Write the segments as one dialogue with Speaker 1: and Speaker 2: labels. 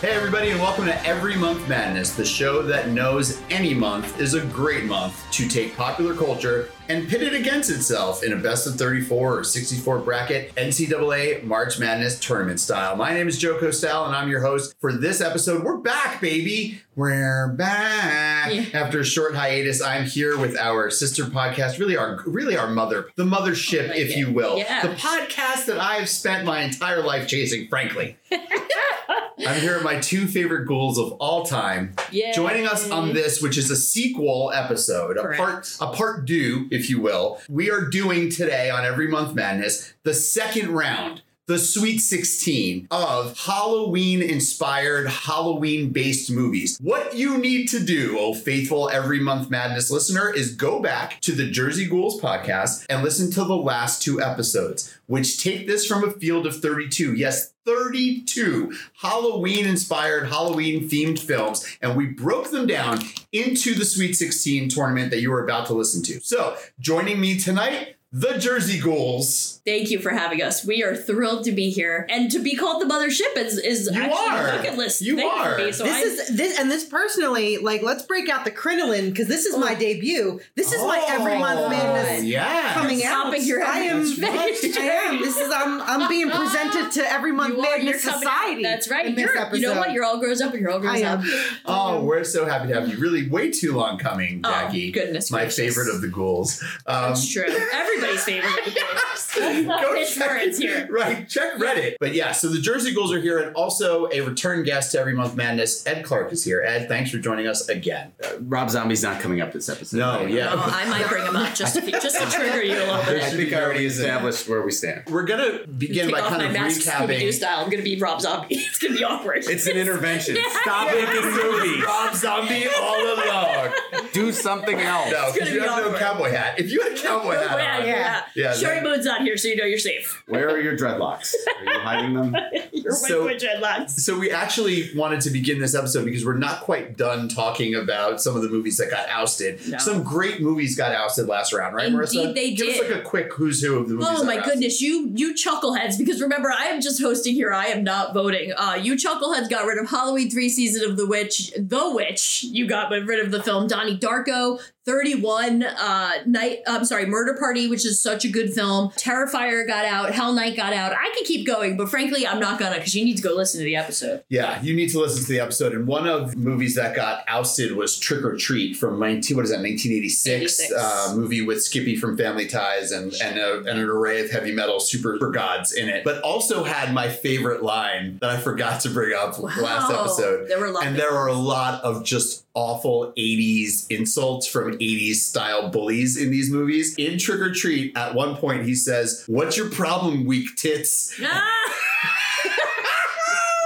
Speaker 1: Hey, everybody, and welcome to Every Month Madness, the show that knows any month is a great month to take popular culture and pit it against itself in a best of 34 or 64 bracket NCAA March Madness tournament style. My name is Joe Costal, and I'm your host for this episode. We're back, baby. We're back.
Speaker 2: Yeah.
Speaker 1: After a short hiatus, I'm here with our sister podcast, really our really our mother, the mothership,
Speaker 2: I like
Speaker 1: if
Speaker 2: it.
Speaker 1: you will.
Speaker 2: Yeah.
Speaker 1: The podcast that I've spent my entire life chasing, frankly. I'm here at my two favorite ghouls of all time.
Speaker 2: Yay.
Speaker 1: Joining us on this, which is a sequel episode, a part
Speaker 2: Correct.
Speaker 1: a part due, if you will. We are doing today on Every Month Madness the second round. The Sweet 16 of Halloween inspired, Halloween based movies. What you need to do, oh faithful Every Month Madness listener, is go back to the Jersey Ghouls podcast and listen to the last two episodes, which take this from a field of 32. Yes, 32 Halloween inspired, Halloween themed films, and we broke them down into the Sweet 16 tournament that you were about to listen to. So, joining me tonight, the Jersey Ghouls.
Speaker 2: Thank you for having us. We are thrilled to be here and to be called the mothership is is
Speaker 1: You
Speaker 2: actually
Speaker 1: are.
Speaker 2: a bucket list
Speaker 1: You
Speaker 2: thing
Speaker 1: are.
Speaker 2: for me. So
Speaker 3: this
Speaker 2: I,
Speaker 3: is this and this personally like let's break out the crinoline because this is my
Speaker 2: Oh.
Speaker 3: delyou this is my every month
Speaker 1: Oh,
Speaker 3: madness
Speaker 1: Yes.
Speaker 3: coming
Speaker 2: You're
Speaker 3: out
Speaker 2: stopping your
Speaker 3: i am
Speaker 2: every month
Speaker 3: i am this is i'm i'm being presented to every month
Speaker 2: you are, you're
Speaker 3: madness
Speaker 2: coming
Speaker 3: society
Speaker 2: out. That's right.
Speaker 3: in this
Speaker 2: You're- you know
Speaker 3: episode.
Speaker 2: what? You're all grows up and you're all grows
Speaker 3: I
Speaker 2: up.
Speaker 3: am.
Speaker 1: Oh, we're so happy to have you. Really, way too long coming,
Speaker 2: Oh,
Speaker 1: Jackie.
Speaker 2: goodness
Speaker 1: My
Speaker 2: gracious.
Speaker 1: favorite of the ghouls. Um,
Speaker 2: It's true. Everybody's favorite. Let's not
Speaker 1: Go
Speaker 2: pitch
Speaker 1: check-
Speaker 2: words here.
Speaker 1: Right, check Reddit. But yeah, so the Jersey Ghouls are here, and also a return guest to Every Month Madness, Ed Clark is here. Ed, thanks for joining us again.
Speaker 4: Rob Zombie's not coming up this episode.
Speaker 1: No,
Speaker 4: Right?
Speaker 1: yeah.
Speaker 2: Oh, I might bring him up just to, just to trigger you a little
Speaker 4: I
Speaker 2: bit.
Speaker 1: Should
Speaker 4: think
Speaker 1: be
Speaker 4: I already
Speaker 1: going
Speaker 4: established where we stand.
Speaker 1: We're gonna begin
Speaker 2: Take
Speaker 1: by
Speaker 2: off
Speaker 1: kind
Speaker 2: my
Speaker 1: of
Speaker 2: mask, Scooby-Doo
Speaker 1: recapping.
Speaker 2: style. I'm gonna be Rob Zombie. It's gonna be awkward.
Speaker 4: It's an intervention. Stop making movies.
Speaker 1: Rob Zombie all along.
Speaker 4: Do something else.
Speaker 1: No, because
Speaker 2: gonna
Speaker 1: you
Speaker 2: be
Speaker 1: have no
Speaker 2: awkward.
Speaker 1: cowboy hat. If you had a cowboy hat,
Speaker 2: yeah,
Speaker 1: on,
Speaker 2: yeah.
Speaker 1: Oh, Yeah,
Speaker 2: Sherry
Speaker 1: that-
Speaker 2: Moon's not here, so you know you're safe.
Speaker 4: Where are your dreadlocks? Are you hiding them?
Speaker 2: You're
Speaker 1: So-
Speaker 2: white witch dreadlocks.
Speaker 1: So we actually wanted to begin this episode because we're not quite done talking about some of the movies that got ousted.
Speaker 2: No.
Speaker 1: Some great movies got ousted last round, right, Marissa?
Speaker 2: Indeed they
Speaker 1: Give us
Speaker 2: did.
Speaker 1: like a quick who's who of the movies.
Speaker 2: Oh
Speaker 1: that
Speaker 2: my
Speaker 1: were ousted.
Speaker 2: goodness, you you chuckleheads, because remember I am just hosting here, I am not voting. Uh you chuckleheads got rid of Halloween 3 season of The Witch, The Witch. You got rid of the film Donnie Darko, 31, uh Night I'm sorry, Murder Party, which is such a good film. Terrifier got out, Hell Night got out. I could keep going, but frankly, I'm not gonna because you need to go listen to the episode.
Speaker 1: Yeah, you need to listen to the episode. And one of the movies that got ousted was Trick or Treat from 19, what is that, 1986
Speaker 2: 86.
Speaker 1: uh, movie with Skippy from Family Ties and, and, a, and an array of heavy metal super gods in it. But also had my favorite line that I forgot to bring up last
Speaker 2: Wow.
Speaker 1: episode.
Speaker 2: There were a lot
Speaker 1: And
Speaker 2: of
Speaker 1: there were a lot of just awful 80s insults from 80s style bullies in these movies. In Trick or Treat, at one point, he says, What's your problem, weak tits?
Speaker 2: Ah!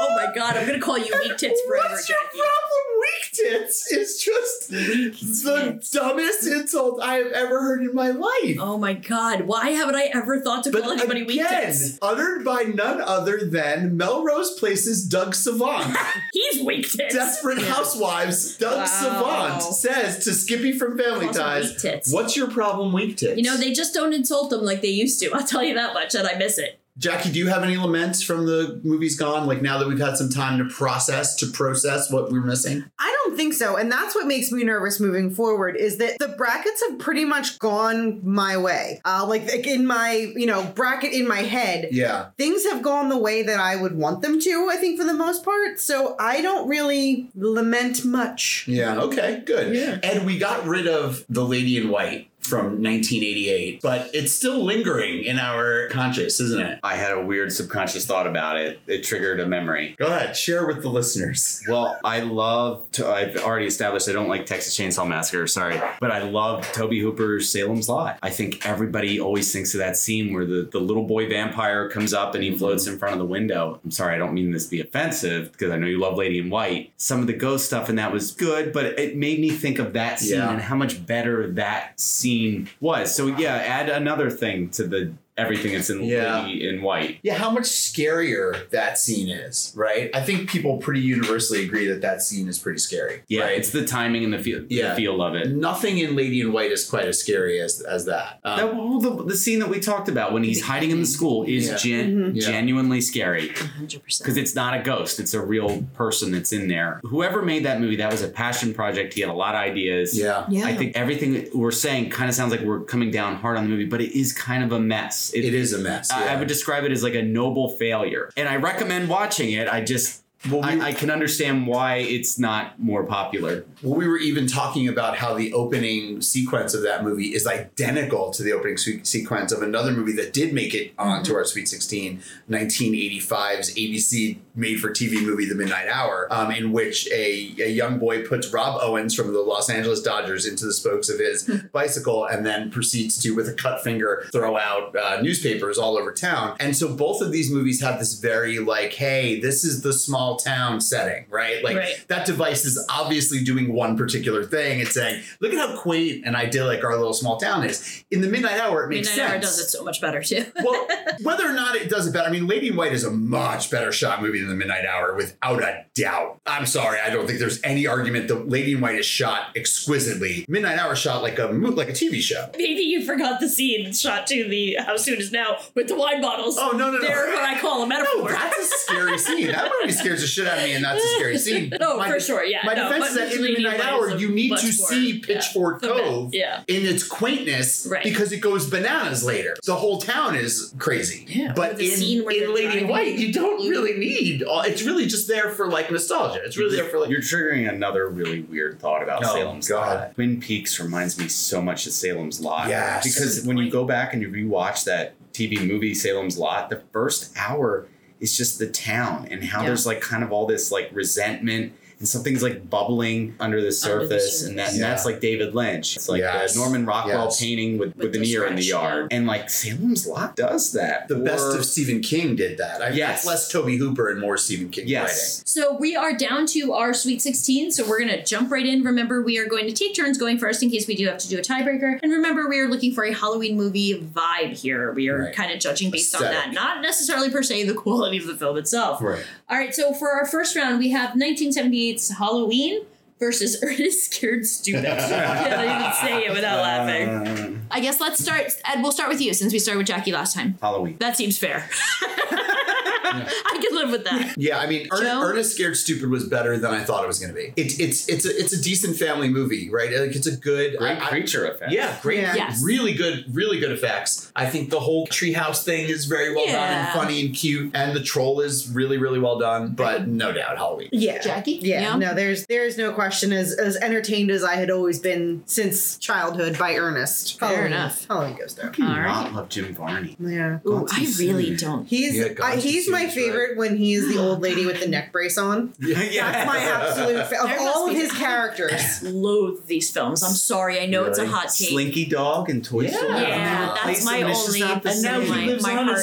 Speaker 2: oh my god, I'm gonna call you weak tits forever,
Speaker 1: What's your
Speaker 2: Jackie.
Speaker 1: problem? Weak tits is just the
Speaker 2: tits.
Speaker 1: dumbest insult I have ever heard in my life.
Speaker 2: Oh my god, why haven't I ever thought to
Speaker 1: But
Speaker 2: call anybody weak
Speaker 1: again,
Speaker 2: tits?
Speaker 1: uttered by none other than Melrose Place's Doug Savant.
Speaker 2: He's weak tits.
Speaker 1: Desperate Housewives Doug
Speaker 2: Wow.
Speaker 1: Savant says to Skippy from Family
Speaker 2: Calls him weak
Speaker 1: Ties,
Speaker 2: tits.
Speaker 1: "What's your problem, weak tits?"
Speaker 2: You know, they just don't insult them like they used to. I'll tell you that much, and I miss it.
Speaker 1: Jackie, do you have any laments from the movie's gone? Like now that we've had some time to process, to process what we're missing.
Speaker 3: I don't think so. And that's what makes me nervous moving forward is that the brackets have pretty much gone my way. Uh, like, like in my, you know, bracket in my head.
Speaker 1: Yeah,
Speaker 3: Things have gone the way that I would want them to, I think, for the most part. So I don't really lament much.
Speaker 1: Yeah. Okay. Good.
Speaker 2: Yeah.
Speaker 1: And we got rid of the Lady in White from 1988, but it's still lingering in our conscious, isn't it?
Speaker 4: I had a weird subconscious thought about it. It triggered a memory.
Speaker 1: Go ahead, share with the listeners.
Speaker 4: Well, I love. To, I've already established I don't like Texas Chainsaw Massacre. Sorry, but I love Toby Hooper's Salem's Lot. I think everybody always thinks of that scene where the, the little boy vampire comes up and he floats in front of the window. I'm sorry, I don't mean this to be offensive because I know you love Lady in White. Some of the ghost stuff in that was good, but it made me think of that scene
Speaker 1: Yeah.
Speaker 4: and how much better that scene was. So yeah, add another thing to the everything that's in
Speaker 1: Yeah.
Speaker 4: Lady in White.
Speaker 1: Yeah, how much scarier that scene is, right? I think people pretty universally agree that that scene is pretty scary.
Speaker 4: Yeah,
Speaker 1: right?
Speaker 4: it's the timing and the feel,
Speaker 1: Yeah.
Speaker 4: the feel of it.
Speaker 1: nothing in Lady in White is quite as scary as as that. Um,
Speaker 4: That- well, the, the scene that we talked about when he's hiding in the school is
Speaker 1: Yeah.
Speaker 4: gen-
Speaker 3: Mhm.
Speaker 1: Yeah.
Speaker 4: genuinely scary
Speaker 2: 100%.
Speaker 4: because it's not a ghost; it's a real person that's in there. Whoever made that movie, that was a passion project. He had a lot of ideas.
Speaker 1: yeah,
Speaker 3: Yeah.
Speaker 4: I think everything that we're saying kind of sounds like we're coming down hard on the movie, but it is kind of a mess.
Speaker 1: it is a mess.
Speaker 4: I- I
Speaker 1: yeah.
Speaker 4: would describe it as like a noble failure, and I recommend watching it. I just
Speaker 1: Well, we-
Speaker 4: I, I can understand why it's not more popular.
Speaker 1: Well, we were even talking about how the opening sequence of that movie is identical to the opening se- sequence of another movie that did make it onto our Sweet 16, 1985's ABC made for TV movie, The Midnight Hour, um, in which a, a young boy puts Rob Owens from the Los Angeles Dodgers into the spokes of his bicycle and then proceeds to, with a cut finger, throw out uh, newspapers all over town. And so both of these movies have this very, like, hey, this is the small town setting, right? Like,
Speaker 2: Right.
Speaker 1: that device is obviously doing one particular thing and saying, look at how quaint and idyllic our little small town is. In the midnight hour, it makes
Speaker 2: Midnight
Speaker 1: sense.
Speaker 2: Hour does it so much better too.
Speaker 1: well, whether or not it does it better, I mean, Lady in White is a much better shot movie than The Midnight Hour, without a doubt. I'm sorry, I don't think there's any argument that Lady in White is shot exquisitely. Midnight Hour shot like a mo- like a TV show.
Speaker 2: Maybe you forgot the scene shot to the How Soon Is Now with the wine bottles.
Speaker 1: Oh no no no!
Speaker 2: They're what I call a
Speaker 1: No,
Speaker 2: metaphor.
Speaker 1: that's a scary scene. That movie scares the shit out of me, and that's a scary scene.
Speaker 2: No,
Speaker 1: My-
Speaker 2: for sure, yeah.
Speaker 1: My
Speaker 2: no,
Speaker 1: defense is
Speaker 2: but
Speaker 1: that in the
Speaker 2: Lady
Speaker 1: midnight
Speaker 2: White
Speaker 1: hour,
Speaker 2: is
Speaker 1: you need
Speaker 2: much
Speaker 1: to
Speaker 2: more-
Speaker 1: see
Speaker 2: yeah.
Speaker 1: Pitchfork
Speaker 2: The-
Speaker 1: Cove
Speaker 2: Yeah.
Speaker 1: in its quaintness
Speaker 2: Right.
Speaker 1: because it goes bananas later. The whole town is crazy.
Speaker 2: Yeah, or
Speaker 1: But
Speaker 2: the
Speaker 1: in,
Speaker 2: scene where
Speaker 1: in
Speaker 2: they're
Speaker 1: Lady in
Speaker 2: driving.
Speaker 1: White, you don't really need all, it's really just there for like nostalgia. It's really there for like
Speaker 4: You're triggering another really weird thought about
Speaker 1: Oh,
Speaker 4: Salem's
Speaker 1: God.
Speaker 4: Lot. Twin Peaks reminds me so much of Salem's Lot.
Speaker 1: Yes.
Speaker 4: Because when you go back and you rewatch that TV movie Salem's Lot, the first hour is just the town and how
Speaker 2: Yeah.
Speaker 4: there's like kind of all this like resentment and something's like bubbling under the
Speaker 2: Under
Speaker 4: surface,
Speaker 2: the
Speaker 4: and that
Speaker 1: surface.
Speaker 4: and that's like David Lynch. It's like
Speaker 1: Yes.
Speaker 4: the Norman Rockwell
Speaker 1: Yes.
Speaker 4: painting with,
Speaker 2: With
Speaker 4: with an
Speaker 2: the
Speaker 4: ear in the
Speaker 2: scratch,
Speaker 4: yard. And like Salem's Lot does that.
Speaker 1: the best
Speaker 4: Or-
Speaker 1: of Stephen King did that. I
Speaker 4: Yes.
Speaker 1: less Toby Hooper and more Stephen King
Speaker 4: Yes.
Speaker 2: So we are down to our Sweet 16, so we're going to jump right in. Remember, we are going to take turns going first in case we do have to do a tiebreaker. And remember, we are looking for a Halloween movie vibe here. We are
Speaker 1: Right.
Speaker 2: kind of judging based on that,
Speaker 1: Aesthetic.
Speaker 2: not necessarily per se the quality of the film itself.
Speaker 1: writing. Right.
Speaker 2: All right, so for our first round, we have 1978's Halloween versus Ernest Scared Stupid. I can't even say it without laughing.
Speaker 4: Uh,
Speaker 2: I guess let's start, Ed, we'll start with you since we started with Jackie last time.
Speaker 4: Halloween.
Speaker 2: That seems fair. I could live with that.
Speaker 1: Yeah, I mean, Ern-
Speaker 2: Joe?
Speaker 1: Ernest Scared Stupid was better than I thought it was going to be. It's it's it's a it's a decent family movie, right? Like it's a good
Speaker 4: Great
Speaker 1: I- I-
Speaker 4: creature effect.
Speaker 1: Yeah, great.
Speaker 3: Yeah.
Speaker 2: Yes.
Speaker 1: Really good, really good effects. I think the whole treehouse thing is very well done and
Speaker 2: Yeah.
Speaker 1: funny and cute. And the troll is really, really well done, but no doubt Halloween.
Speaker 3: Yeah.
Speaker 2: Jackie?
Speaker 3: Yeah,
Speaker 2: Yeah.
Speaker 3: no, there's there's no question as as entertained as I had always been since childhood by Ernest.
Speaker 2: Fair
Speaker 3: Halloween-
Speaker 2: enough.
Speaker 3: Halloween goes there.
Speaker 4: Do
Speaker 2: All
Speaker 4: not
Speaker 2: right.
Speaker 4: love Jim Varney.
Speaker 3: Yeah.
Speaker 2: Ooh,
Speaker 4: Gone too
Speaker 2: I really
Speaker 4: soon.
Speaker 2: don't.
Speaker 3: He's
Speaker 1: Yeah, God,
Speaker 3: I, he's
Speaker 1: she
Speaker 3: my
Speaker 1: seems
Speaker 3: favorite when he's the old lady with the neck brace on. That's my absolute fa-
Speaker 2: There
Speaker 3: of
Speaker 2: must
Speaker 3: all of
Speaker 2: be-
Speaker 3: his characters.
Speaker 2: Loathe these films. I'm sorry. I know it's a
Speaker 1: Really?
Speaker 2: hot take.
Speaker 4: Slinky Dog and Toy
Speaker 1: Yeah.
Speaker 4: Story.
Speaker 1: Yeah,
Speaker 4: And they
Speaker 1: that's
Speaker 4: replace
Speaker 2: my
Speaker 4: him, and it's just
Speaker 2: only-
Speaker 4: not the
Speaker 2: and now
Speaker 4: same.
Speaker 2: he lives- my heart for him.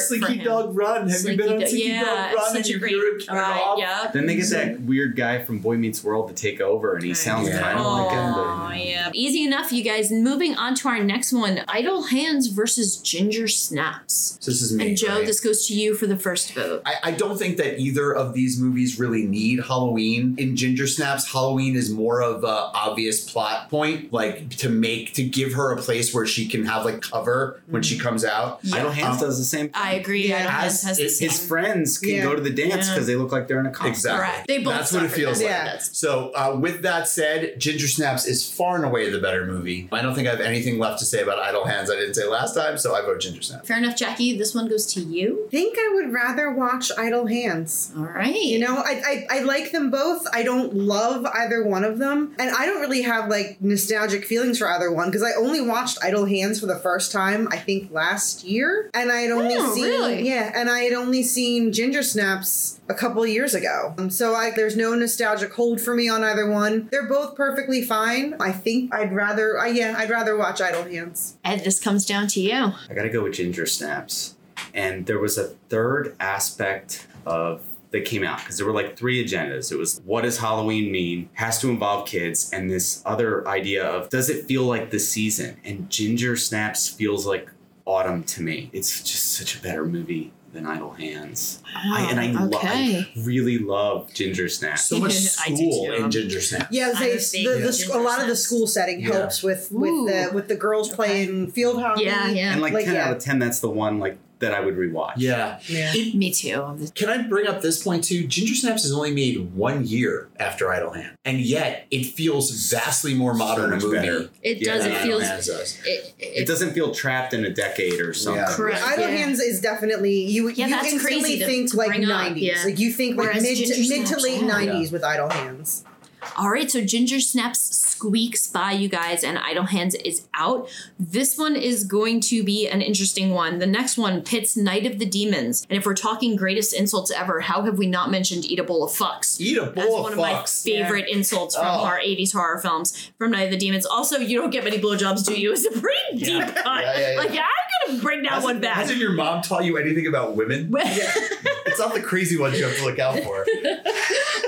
Speaker 1: Run.
Speaker 2: Slinky Dog- yeah, it's such a
Speaker 1: you
Speaker 2: great.
Speaker 1: hear it
Speaker 2: all
Speaker 1: turn
Speaker 2: right,
Speaker 1: off?
Speaker 2: yeah.
Speaker 4: Then they get that weird guy from Boy Meets World to take over, and he
Speaker 2: Right.
Speaker 4: sounds
Speaker 1: Yeah.
Speaker 4: kind of like him.
Speaker 2: Oh,
Speaker 4: but-
Speaker 2: yeah. Easy enough, you guys. Moving on to our next one Idle Hands versus Ginger Snaps.
Speaker 1: So this is me.
Speaker 2: and Joe,
Speaker 1: right?
Speaker 2: this goes to you for the first vote.
Speaker 1: I, I don't think that either of these movies really need Halloween. In Ginger Snaps, Halloween is more of a obvious plot point, like to make to give her a place where she can have like cover when
Speaker 2: Mm-hmm.
Speaker 1: she comes out.
Speaker 4: Idle Hands does the same.
Speaker 2: Um, I agree.
Speaker 3: Yeah.
Speaker 2: Idle Hands
Speaker 1: As
Speaker 2: has the
Speaker 1: it-
Speaker 2: same.
Speaker 4: His friends can
Speaker 3: Yeah.
Speaker 4: go to the dance
Speaker 2: Yeah.
Speaker 4: because they look like they're in a costume.
Speaker 1: Exactly.
Speaker 2: Correct. They both
Speaker 1: That's what it
Speaker 2: suffered
Speaker 1: feels
Speaker 2: that.
Speaker 3: like. Yeah.
Speaker 2: That's-
Speaker 1: So, uh, with that said, Ginger Snaps is far and away the better movie. I don't think I have anything left to say about Idle Hands I didn't say last time, so I vote Ginger Snaps.
Speaker 2: Fair enough, Jackie. This one goes to you.
Speaker 3: I think I would rather watch Idle Hands.
Speaker 2: All right.
Speaker 3: You know, I, I I like them both. I don't love either one of them, and I don't really have like nostalgic feelings for either one because I only watched Idle Hands for the first time I think last year, and I had only
Speaker 2: Oh,
Speaker 3: seen
Speaker 2: really?
Speaker 3: yeah, and I had only seen Ginger Snaps a couple of years ago. Um, so I there's no nostalgic hold for me on either one. They're both perfectly fine. I think I'd rather I yeah I'd rather watch Idle Hands.
Speaker 2: Ed, this comes down to you.
Speaker 4: I gotta go with Ginger Snaps. And there was a third aspect of that came out because there were like three agendas. It was what does Halloween mean? Has to involve kids, and this other idea of does it feel like the season? And Ginger Snaps feels like Autumn to me. It's just such a better movie than Idle Hands. I, and I, lo- I
Speaker 2: Oh, okay.
Speaker 4: really love Ginger Snaps.
Speaker 1: So much
Speaker 2: I do
Speaker 1: school
Speaker 2: too.
Speaker 1: in Ginger Snap.
Speaker 3: Yeah,
Speaker 2: I
Speaker 3: they,
Speaker 2: was
Speaker 3: the, the,
Speaker 2: thinking
Speaker 3: sc- a lot of the
Speaker 2: Ginger
Speaker 3: school setting
Speaker 4: Yeah.
Speaker 3: helps with with the
Speaker 2: Ooh.
Speaker 3: with the girls playing field hockey.
Speaker 2: Yeah, yeah.
Speaker 4: and like,
Speaker 3: like,
Speaker 4: 10
Speaker 3: yeah.
Speaker 4: out of 10, that's the one like that I would rewatch.
Speaker 1: Yeah.
Speaker 3: Yeah.
Speaker 2: Me too. I'm the-
Speaker 1: Can I bring up this point too? Ginger Snaps is only made one year after Idle Hand, and yet it feels vastly more
Speaker 4: So
Speaker 1: modern
Speaker 4: much
Speaker 1: a movie
Speaker 4: better.
Speaker 2: It
Speaker 4: Yeah,
Speaker 2: does.
Speaker 1: than
Speaker 2: It
Speaker 4: I
Speaker 1: Idle
Speaker 2: feels.
Speaker 1: Hands does.
Speaker 2: It, it,
Speaker 4: It doesn't feel trapped in a decade or something.
Speaker 1: Yeah.
Speaker 2: Correct.
Speaker 3: Idle
Speaker 2: Yeah.
Speaker 3: Hands is definitely you.
Speaker 2: Yeah,
Speaker 3: you
Speaker 2: that's
Speaker 3: instantly
Speaker 2: crazy to-
Speaker 3: think
Speaker 2: to
Speaker 3: like
Speaker 2: bring up,
Speaker 3: nineties.
Speaker 2: yeah.
Speaker 3: Like you think like
Speaker 2: Whereas
Speaker 3: mid
Speaker 2: Ginger
Speaker 3: to, mid to
Speaker 2: Snaps,
Speaker 3: late
Speaker 2: yeah.
Speaker 3: nineties with Idle Hands.
Speaker 2: All right, so Ginger Snaps squeaks by you guys, and Idle Hands is out. This one is going to be an interesting one. The next one pits Night of the Demons, and if we're talking greatest insults ever, how have we not mentioned Eat a Bowl of Fucks?
Speaker 1: Eat a
Speaker 2: That's
Speaker 1: bowl
Speaker 2: one
Speaker 1: of
Speaker 2: of my
Speaker 1: fucks.
Speaker 2: favorite insults from
Speaker 1: Oh.
Speaker 2: our 80s horror films from Night of the Demons. Also, you don't get many blowjobs, do you? It's a pretty deep cut.
Speaker 1: Yeah, yeah, yeah.
Speaker 2: Like, I'm going to bring that
Speaker 1: Hasn't-
Speaker 2: one back.
Speaker 1: Hasn't your mom taught you anything about women? It's not the crazy ones you have to look out for.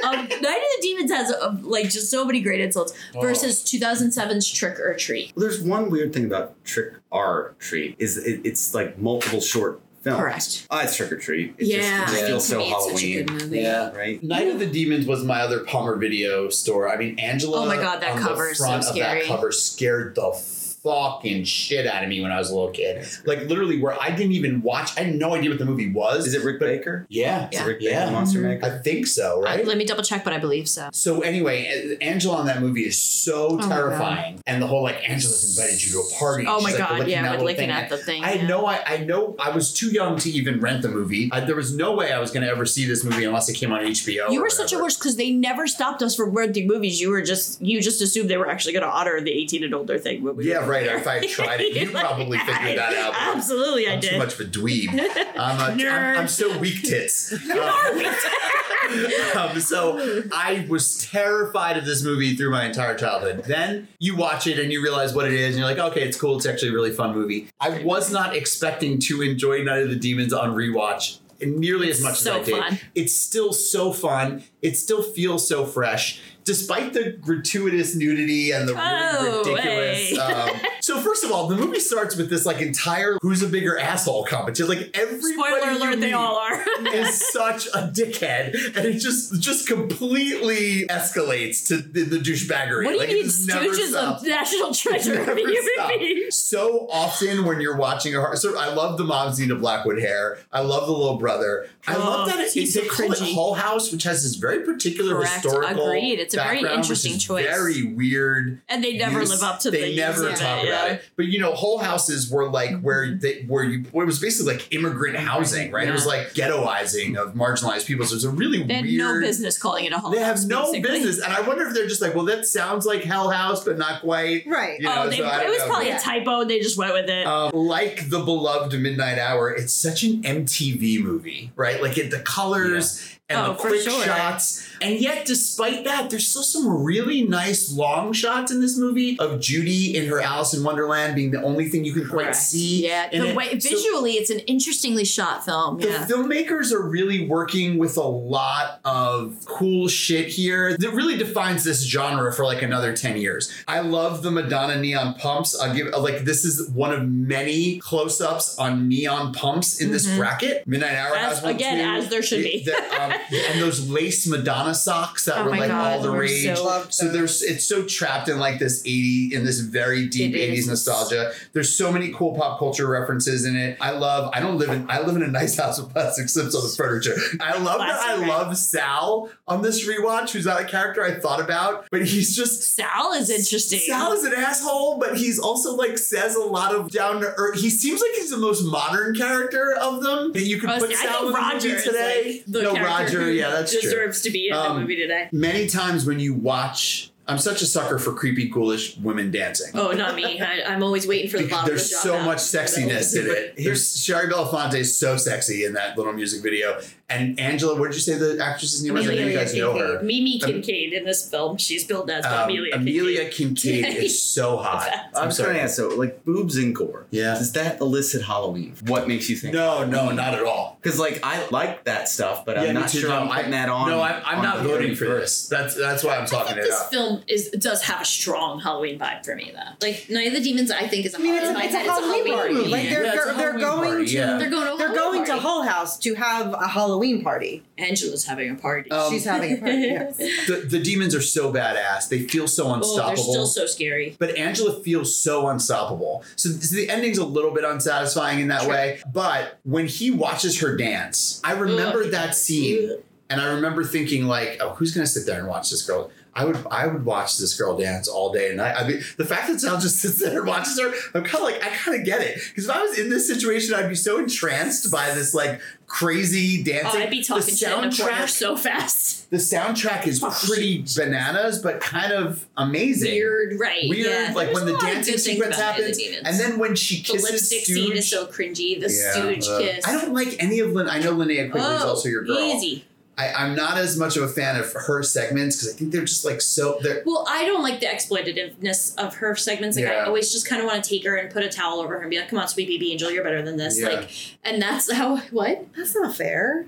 Speaker 2: um, Night of the Demons has, uh, like, just so many great insults
Speaker 1: Oh.
Speaker 2: versus 2007's Trick or Treat.
Speaker 4: Well, there's one weird thing about Trick or Treat is it, it's like multiple short films.
Speaker 2: Correct.
Speaker 4: Ah, it's Trick or Treat. It
Speaker 2: yeah.
Speaker 4: just, it just
Speaker 1: Yeah.
Speaker 4: feels so
Speaker 2: To me, it's such a
Speaker 4: Halloween,
Speaker 2: good movie.
Speaker 4: right?
Speaker 1: Night of the Demons was my other Palmer video store. I mean, Angela.
Speaker 2: Oh my God, that
Speaker 1: on
Speaker 2: cover
Speaker 1: the
Speaker 2: is
Speaker 1: front
Speaker 2: so
Speaker 1: of
Speaker 2: scary.
Speaker 1: That cover scared the fucking shit out of me when I was a little kid. Like literally, where I didn't even watch. I had no idea what the movie was.
Speaker 4: Is it Rick
Speaker 1: But-
Speaker 4: Baker?
Speaker 1: Yeah,
Speaker 4: Is
Speaker 2: Yeah.
Speaker 4: it Rick
Speaker 1: Yeah. Mm-hmm.
Speaker 4: Baker, Monster
Speaker 2: Mhm.
Speaker 4: Maker?
Speaker 1: I think so. Right.
Speaker 2: Uh, let me double check, but I believe so.
Speaker 1: So anyway, A- Angela in that movie is so
Speaker 2: Oh my God.
Speaker 1: terrifying, and the whole like Angela's invited you to a party.
Speaker 2: Oh
Speaker 1: She's,
Speaker 2: my
Speaker 1: like,
Speaker 2: god,
Speaker 1: licking that
Speaker 2: yeah, with
Speaker 1: little
Speaker 2: looking
Speaker 1: thing.
Speaker 2: at the thing.
Speaker 1: I
Speaker 2: yeah.
Speaker 1: know I, I know I was too young to even rent the movie. I, there was no way I was going to ever see this movie unless it came on HBO.
Speaker 2: You
Speaker 1: or
Speaker 2: were such a
Speaker 1: whatever.
Speaker 2: worse because they never stopped us from renting movies. You were just you just assumed they were actually going to honor the eighteen and older thing. When we
Speaker 1: Yeah,
Speaker 2: were
Speaker 1: right.
Speaker 2: there.
Speaker 1: If I tried it, you probably figured that out. but
Speaker 2: Absolutely, I
Speaker 1: I'm
Speaker 2: did.
Speaker 1: too much of a dweeb. I'm, a,
Speaker 2: Nerd.
Speaker 1: I'm, I'm so weak tits.
Speaker 2: you are weak.
Speaker 1: um, so I was terrified of this movie through my entire childhood. Then you watch it and you realize what it is, and you're like, okay, it's cool. It's actually a really fun movie. I was not expecting to enjoy Night of the Demons on rewatch nearly as much
Speaker 2: So
Speaker 1: as I did.
Speaker 2: fun.
Speaker 1: It's still so fun. It still feels so fresh, despite the gratuitous nudity and the really
Speaker 2: Oh,
Speaker 1: ridiculous.
Speaker 2: hey.
Speaker 1: Um, so first of all, the movie starts with this like entire "Who's a bigger asshole?" competition. Like everybody.
Speaker 2: Spoiler
Speaker 1: you
Speaker 2: alert: they
Speaker 1: meet
Speaker 2: all are.
Speaker 1: is such a dickhead, and it just just completely escalates to the, the douchebaggery.
Speaker 2: what do you
Speaker 1: like, it
Speaker 2: mean,
Speaker 1: just never
Speaker 2: Stooges
Speaker 1: stops.
Speaker 2: of National Treasure?
Speaker 1: Never
Speaker 2: of human
Speaker 1: stops.
Speaker 2: beings?
Speaker 1: So often when you're watching a horror, so I love the mom's Nina Blackwood hair. I love the little brother. I love
Speaker 2: Oh,
Speaker 1: that it,
Speaker 2: he's
Speaker 1: they
Speaker 2: so
Speaker 1: call it
Speaker 2: cringy.
Speaker 1: Hull House, which has this very particular
Speaker 2: Correct.
Speaker 1: historical.
Speaker 2: Agreed. It's a very
Speaker 1: background, which
Speaker 2: interesting
Speaker 1: is
Speaker 2: choice.
Speaker 1: Very weird
Speaker 2: and they never
Speaker 1: use-
Speaker 2: live up to the.
Speaker 1: They
Speaker 2: use
Speaker 1: never
Speaker 2: of
Speaker 1: talk about
Speaker 2: it, yeah. Mm-hmm.
Speaker 1: it. But you know, whole houses were like where they where you where it was basically like immigrant housing, right? It was
Speaker 2: Yeah.
Speaker 1: like ghettoizing of marginalized people. So it was a really
Speaker 2: They had
Speaker 1: weird.
Speaker 2: no business calling it a hall.
Speaker 1: They have
Speaker 2: house,
Speaker 1: no
Speaker 2: basically.
Speaker 1: business, and I wonder if they're just like, well, that sounds like Hell House, but not quite.
Speaker 3: Right.
Speaker 1: You know,
Speaker 2: oh, they,
Speaker 1: so I
Speaker 2: it
Speaker 1: don't
Speaker 2: was
Speaker 1: know.
Speaker 2: probably
Speaker 3: Yeah.
Speaker 2: a typo. They just went with it.
Speaker 1: Um, like the beloved Midnight Hour, it's such an MTV movie, right? Like it, the colors and
Speaker 2: Oh,
Speaker 1: the
Speaker 2: for
Speaker 1: quick
Speaker 2: sure.
Speaker 1: shots, and yet despite that, there's still some really nice long shots in this movie of Judy in her Alice in Wonderland being the only thing you can quite
Speaker 2: Correct.
Speaker 1: see.
Speaker 2: Yeah,
Speaker 1: in
Speaker 2: the
Speaker 1: it.
Speaker 2: way
Speaker 1: So
Speaker 2: visually, it's an interestingly shot film.
Speaker 1: the
Speaker 2: Yeah.
Speaker 1: filmmakers are really working with a lot of cool shit here that really defines this genre for like another 10 years. I love the Madonna neon pumps. I'll give like this is one of many close-ups on neon pumps in this
Speaker 2: Mhm.
Speaker 1: bracket. Midnight Hour
Speaker 2: As-
Speaker 1: has one
Speaker 2: again,
Speaker 1: too.
Speaker 2: as there should be.
Speaker 1: That, um, and those lace Madonna socks that
Speaker 2: Oh
Speaker 1: were
Speaker 2: my
Speaker 1: like
Speaker 2: God,
Speaker 1: all the
Speaker 2: they were
Speaker 1: rage.
Speaker 2: so
Speaker 3: Loved
Speaker 1: So
Speaker 3: those.
Speaker 1: there's it's so trapped in like this 80 in this very deep
Speaker 2: It
Speaker 1: 80s
Speaker 2: is.
Speaker 1: nostalgia. There's so many cool pop culture references in it. I love I don't live in I live in a nice house with plastic slips on the furniture. I love that I
Speaker 2: Classic, right?
Speaker 1: love Sal on this rewatch, who's not a character I thought about, but he's just
Speaker 2: Sal is interesting.
Speaker 1: Sal is an asshole, but he's also like says a lot of down to earth. He seems like he's the most modern character of them that you could
Speaker 2: Oh,
Speaker 1: put
Speaker 2: see, I
Speaker 1: Sal
Speaker 2: think
Speaker 1: in the
Speaker 2: Roger
Speaker 1: movie
Speaker 2: is,
Speaker 1: today.
Speaker 2: like, the
Speaker 1: no,
Speaker 2: character
Speaker 1: Roger,
Speaker 2: who
Speaker 1: yeah, that's true
Speaker 2: deserves to be in
Speaker 1: Um,
Speaker 2: the movie today.
Speaker 1: many times when you watch I'm such a sucker for creepy, ghoulish women dancing.
Speaker 2: Oh, not me. I, I'm always waiting for the
Speaker 1: Because
Speaker 2: bottom.
Speaker 1: there's
Speaker 2: to drop
Speaker 1: so
Speaker 2: out.
Speaker 1: much sexiness in it.
Speaker 4: Here's-
Speaker 1: There's Shari Belafonte is so sexy in that little music video. And Angela, what did you say the actress's name was? I know you
Speaker 2: Amelia
Speaker 1: guys know her.
Speaker 2: Mimi
Speaker 1: Um,
Speaker 2: Kincaid in this film. She's billed as
Speaker 1: Um,
Speaker 2: Amelia.
Speaker 1: Amelia Kincaid is so hot.
Speaker 4: I'm just
Speaker 1: sorry.
Speaker 4: gonna ask though, like boobs and gore.
Speaker 1: Yeah.
Speaker 4: Does that elicit Halloween? What makes you think?
Speaker 1: No, no, not at all.
Speaker 4: Because like I like that stuff, but
Speaker 1: Yeah,
Speaker 4: I'm
Speaker 1: me
Speaker 4: not
Speaker 1: too.
Speaker 4: sure
Speaker 1: No,
Speaker 4: I'm
Speaker 1: I-
Speaker 4: putting that on.
Speaker 1: no, I'm, I'm
Speaker 4: on
Speaker 1: not
Speaker 4: the
Speaker 1: voting for
Speaker 4: 31st.
Speaker 1: this. That's that's why I'm
Speaker 2: I
Speaker 1: talking
Speaker 2: think
Speaker 1: it
Speaker 2: this
Speaker 1: up.
Speaker 2: film one is does have a strong Halloween vibe for me though. Like Night of the Demons, I think is a
Speaker 3: I mean, it's a,
Speaker 2: Halloween
Speaker 3: it's a
Speaker 2: vibe.
Speaker 3: Halloween party.
Speaker 2: movie.
Speaker 3: Like they're
Speaker 4: Yeah, it's a
Speaker 3: they're, they're
Speaker 4: Halloween
Speaker 3: going
Speaker 4: party,
Speaker 3: to
Speaker 4: yeah.
Speaker 2: they're going to a
Speaker 3: they're
Speaker 2: Halloween
Speaker 3: going to
Speaker 2: party.
Speaker 3: Hull House to have a Halloween party.
Speaker 2: Angela's having a party.
Speaker 1: Um,
Speaker 3: She's having a party. yeah.
Speaker 1: The, the demons are so badass. They feel so
Speaker 2: oh, they're
Speaker 1: unstoppable.
Speaker 2: still so scary.
Speaker 1: but Angela feels so unstoppable. So, so the ending's a little bit unsatisfying in that
Speaker 2: Sure.
Speaker 1: way. But when he watches her dance, I remember
Speaker 2: Ugh.
Speaker 1: that scene, and I remember thinking like, "Oh, who's gonna sit there and watch this girl?" I would, I would watch this girl dance all day and night. I mean, the fact that Sal just sits there and watches her, I'm kind of like, I kind of get it. Because if I was in this situation, I'd be so entranced by this like crazy
Speaker 2: Oh,
Speaker 1: dancing.
Speaker 2: I'd be talking
Speaker 1: the
Speaker 2: shit in a corner
Speaker 1: soundtrack,
Speaker 2: so fast.
Speaker 1: the soundtrack is pretty bananas, but kind of amazing
Speaker 2: Weird, right?
Speaker 1: weird,
Speaker 2: yeah. Oh,
Speaker 1: like
Speaker 2: There's
Speaker 1: when
Speaker 2: a
Speaker 1: the
Speaker 2: lot of
Speaker 1: dancing
Speaker 2: good things
Speaker 1: sequence
Speaker 2: about Night of the
Speaker 1: happens,
Speaker 2: Demons.
Speaker 1: and then when she
Speaker 2: the
Speaker 1: kisses
Speaker 2: lipstick
Speaker 1: Stooge,
Speaker 2: scene is so cringy. The
Speaker 1: Yeah,
Speaker 2: Stooge
Speaker 1: uh,
Speaker 2: kiss.
Speaker 1: I don't like any of Lynn. I know Linnea Quigley's
Speaker 2: oh,
Speaker 1: also your girl.
Speaker 2: Easy.
Speaker 1: I, I'm not as much of a fan of her segments because I think they're just like so. They're
Speaker 2: Well, I don't like the exploitativeness of her segments. Like
Speaker 1: Yeah.
Speaker 2: I always just kind of want to take her and put a towel over her and be like, "Come on, sweet baby angel, you're better than this."
Speaker 1: Yeah.
Speaker 2: Like, and that's how what?
Speaker 3: That's not fair.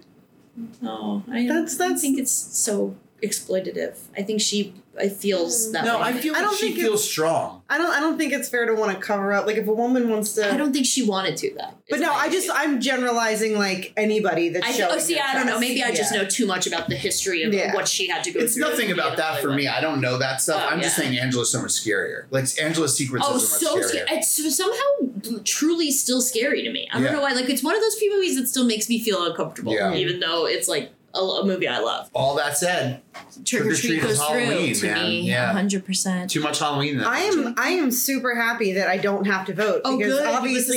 Speaker 2: No, Oh, I
Speaker 3: That's-
Speaker 2: I
Speaker 3: that's-
Speaker 2: think it's so exploitative. I think she I feels that.
Speaker 1: no,
Speaker 2: way.
Speaker 1: I feel
Speaker 3: I
Speaker 1: like
Speaker 3: don't
Speaker 1: she
Speaker 3: think
Speaker 1: feels strong.
Speaker 3: I don't I don't think it's fair to want to cover up. Like if a woman wants to
Speaker 2: I don't think she wanted to though.
Speaker 3: But
Speaker 2: is
Speaker 3: no,
Speaker 2: my
Speaker 3: I just
Speaker 2: issue.
Speaker 3: I'm generalizing like anybody that's
Speaker 2: I
Speaker 3: showing
Speaker 2: oh, see,
Speaker 3: their
Speaker 2: I don't know.
Speaker 3: chest.
Speaker 2: Maybe I just
Speaker 3: Yeah.
Speaker 2: know too much about the history of
Speaker 3: Yeah.
Speaker 2: what she had to go
Speaker 1: It's
Speaker 2: through. to
Speaker 1: nothing
Speaker 2: be
Speaker 1: about
Speaker 2: able to
Speaker 1: that
Speaker 2: play
Speaker 1: for
Speaker 2: with.
Speaker 1: me. I don't know that stuff.
Speaker 2: Oh,
Speaker 1: I'm just
Speaker 2: yeah.
Speaker 1: saying Angela's so much scarier. Like Angela's sequences
Speaker 2: Oh,
Speaker 1: are much
Speaker 2: so
Speaker 1: scarier.
Speaker 2: scary! It's somehow truly still scary to me. I don't
Speaker 1: Yeah.
Speaker 2: know why. Like it's one of those few movies that still makes me feel uncomfortable,
Speaker 1: Yeah.
Speaker 2: even though it's like a, a movie I love.
Speaker 1: All that said,
Speaker 2: Trick or
Speaker 1: Treat
Speaker 2: treat
Speaker 1: is
Speaker 2: goes through
Speaker 1: Halloween,
Speaker 2: to
Speaker 1: man.
Speaker 2: me,
Speaker 1: Yeah.
Speaker 2: hundred percent.
Speaker 1: too much Halloween. Then.
Speaker 3: I am I am super happy that I don't have to vote
Speaker 2: Oh,
Speaker 3: because
Speaker 2: good.
Speaker 3: obviously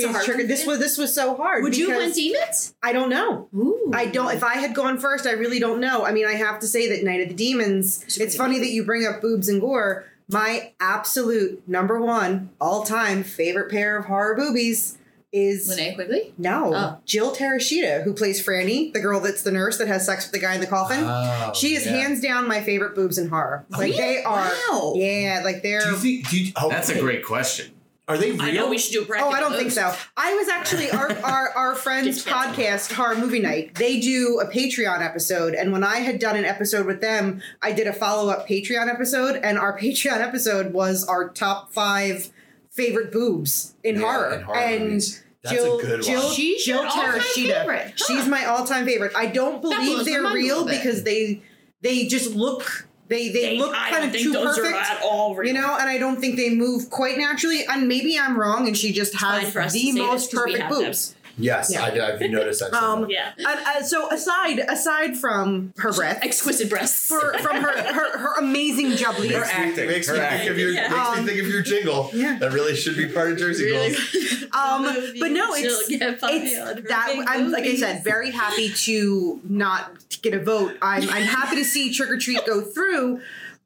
Speaker 2: This is a
Speaker 3: it's
Speaker 2: hard
Speaker 3: triggered. This
Speaker 2: one.
Speaker 3: was this was so hard.
Speaker 2: Would you
Speaker 3: because
Speaker 2: win demons?
Speaker 3: I don't know.
Speaker 2: Ooh,
Speaker 3: I don't. If I had gone first, I really don't know. I mean, I have to say that Night of the Demons.
Speaker 2: It's a
Speaker 3: It's
Speaker 2: good
Speaker 3: funny that you bring up boobs and gore. My absolute number one all time favorite pair of horror boobies is
Speaker 2: Linnea Quigley.
Speaker 3: no
Speaker 2: Oh.
Speaker 3: Jill Terashita, who plays Franny, the girl that's the nurse that has sex with the guy in the coffin.
Speaker 1: Oh,
Speaker 3: She is
Speaker 1: yeah.
Speaker 3: hands down my favorite boobs in horror. Like
Speaker 2: Really?
Speaker 3: they are.
Speaker 2: Wow.
Speaker 3: Yeah, like they're.
Speaker 1: Do you think? Do you, oh,
Speaker 4: That's a great question.
Speaker 1: Are they real?
Speaker 2: I know we should do a bracket.
Speaker 3: Oh, I don't
Speaker 2: of
Speaker 3: think
Speaker 2: those.
Speaker 3: so. I was actually our our, our friends
Speaker 2: Just can't.
Speaker 3: podcast horror movie night. They do a Patreon episode, and when I had done an episode with them, I did a follow up Patreon episode, and our Patreon episode was our top five favorite boobs in
Speaker 1: Yeah,
Speaker 3: horror.
Speaker 1: in horror
Speaker 3: and
Speaker 1: movies. That's
Speaker 3: Jill,
Speaker 1: a good one.
Speaker 3: Jill,
Speaker 2: She's
Speaker 3: Jill
Speaker 2: your all-time favorite,
Speaker 3: Terashita.
Speaker 2: huh?
Speaker 3: She's my all time favorite. I don't believe
Speaker 2: blows my
Speaker 3: they're
Speaker 2: mind a
Speaker 3: real
Speaker 2: little bit.
Speaker 3: because they they just look they they,
Speaker 2: They-
Speaker 3: look
Speaker 2: I
Speaker 3: kind
Speaker 2: don't
Speaker 3: of
Speaker 2: think
Speaker 3: too
Speaker 2: those
Speaker 3: perfect.
Speaker 2: Are at all real.
Speaker 3: You know, and I don't think they move quite naturally. And maybe I'm wrong, and she just
Speaker 2: fine
Speaker 3: has
Speaker 2: for us to
Speaker 3: the
Speaker 2: say this
Speaker 3: most
Speaker 2: 'cause we
Speaker 3: perfect
Speaker 2: have them.
Speaker 3: boobs.
Speaker 1: Yes,
Speaker 3: Yeah.
Speaker 1: I, I've noticed that.
Speaker 3: Um,
Speaker 2: Yeah.
Speaker 3: and, uh, so aside aside from her breath,
Speaker 2: Exquisite breasts.
Speaker 3: for, from her, her her amazing jubbly,
Speaker 4: Her acting.
Speaker 1: Makes me
Speaker 4: her
Speaker 1: think of
Speaker 4: acting.
Speaker 1: your
Speaker 2: Yeah.
Speaker 1: makes
Speaker 3: Um,
Speaker 1: me think of your jingle.
Speaker 3: yeah.
Speaker 1: That really should be part of Jersey
Speaker 2: Really?
Speaker 1: Girls.
Speaker 3: um, but no, it's
Speaker 2: it's
Speaker 3: it's that I'm like I said, very happy to not get a vote. I'm I'm happy to see Trick or Treat go through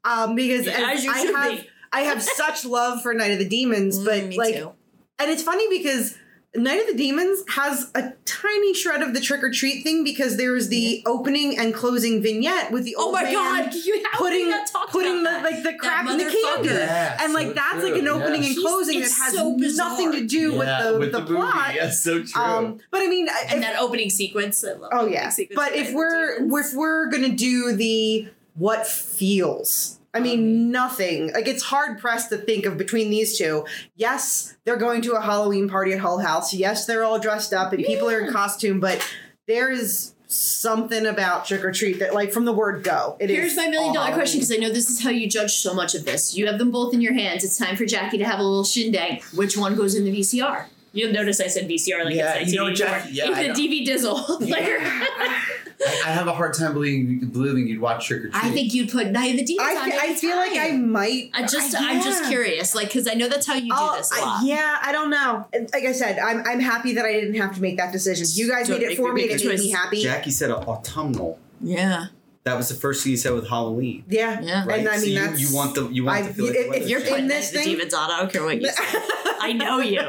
Speaker 3: um, because
Speaker 2: Yeah,
Speaker 3: as
Speaker 2: as you
Speaker 3: I
Speaker 2: should
Speaker 3: have
Speaker 2: be. Mm,
Speaker 3: I have such love for Night of the Demons, but like And it's funny because Night of the Demons has a tiny shred of the trick or treat thing because there's the opening and closing vignette with the
Speaker 2: oh
Speaker 3: old
Speaker 2: my
Speaker 3: man
Speaker 2: god, you, how
Speaker 3: putting
Speaker 2: we not talk
Speaker 3: putting the
Speaker 2: about that?
Speaker 3: like the crap in the
Speaker 2: motherfucker.
Speaker 3: candy,
Speaker 1: Yeah,
Speaker 3: and like
Speaker 1: so
Speaker 3: that's like
Speaker 1: true,
Speaker 3: an opening
Speaker 1: yeah.
Speaker 3: and
Speaker 2: He's-
Speaker 3: closing that
Speaker 2: it's
Speaker 3: has
Speaker 2: so bizarre.
Speaker 3: nothing to do with the plot.
Speaker 1: movie. Yes, so true.
Speaker 3: Um, but I mean, I-
Speaker 2: and
Speaker 3: if-
Speaker 2: that opening sequence. I love.
Speaker 3: oh
Speaker 2: opening
Speaker 3: yeah.
Speaker 2: sequence
Speaker 3: But
Speaker 2: of Night
Speaker 3: if
Speaker 2: of the
Speaker 3: we're
Speaker 2: Demons.
Speaker 3: if we're gonna do the what feels. I
Speaker 2: Um,
Speaker 3: mean, nothing. Like, it's hard pressed to think of between these two. Yes, they're going to a Halloween party at Hull House. Yes, they're all dressed up and people are in costume, but there is something about trick or treat that, like, from the word go, it is.
Speaker 2: Here's my million
Speaker 3: all
Speaker 2: dollar
Speaker 3: Halloween.
Speaker 2: question because I know this is how you judge so much of this. You have them both in your hands. It's time for Jackie to have a little shindig. Which one goes in the VCR? You'll notice I said VCR like
Speaker 1: Yeah,
Speaker 2: it's
Speaker 1: you know what,
Speaker 2: 1984.
Speaker 1: Jackie? Yeah, I know.
Speaker 2: It's a DV dizzle. Like,
Speaker 1: I, I have a hard time believing believing you'd watch Trick or Treat.
Speaker 2: I think you'd put Night of the Demons
Speaker 3: I,
Speaker 2: on
Speaker 3: fe-
Speaker 2: every
Speaker 3: I feel like I
Speaker 2: time.
Speaker 3: might.
Speaker 2: I just,
Speaker 3: I-
Speaker 2: I'm just
Speaker 3: yeah.
Speaker 2: curious, like, because I know that's how you do
Speaker 3: I'll-
Speaker 2: this
Speaker 3: Oh, I-
Speaker 2: a lot.
Speaker 3: yeah, I don't know. And Like I said, I'm I'm happy that I didn't have to make that decision. You guys
Speaker 2: Don't
Speaker 3: made it
Speaker 2: make me
Speaker 3: for me,
Speaker 2: make
Speaker 3: and it
Speaker 2: the
Speaker 3: made me
Speaker 2: choice.
Speaker 3: happy.
Speaker 4: Jackie said autumnal.
Speaker 2: yeah.
Speaker 4: That was the first thing you said with Halloween.
Speaker 3: Yeah.
Speaker 2: Yeah.
Speaker 4: Right?
Speaker 3: And I
Speaker 4: So
Speaker 3: mean,
Speaker 4: you-
Speaker 3: that's.
Speaker 4: you, want the you want
Speaker 3: I-
Speaker 4: to feel like
Speaker 3: if-
Speaker 4: the weather
Speaker 3: if you're
Speaker 4: changed.
Speaker 3: putting
Speaker 2: Put
Speaker 3: this
Speaker 2: the
Speaker 3: thing-
Speaker 2: demons on. I don't care what you say. I know you.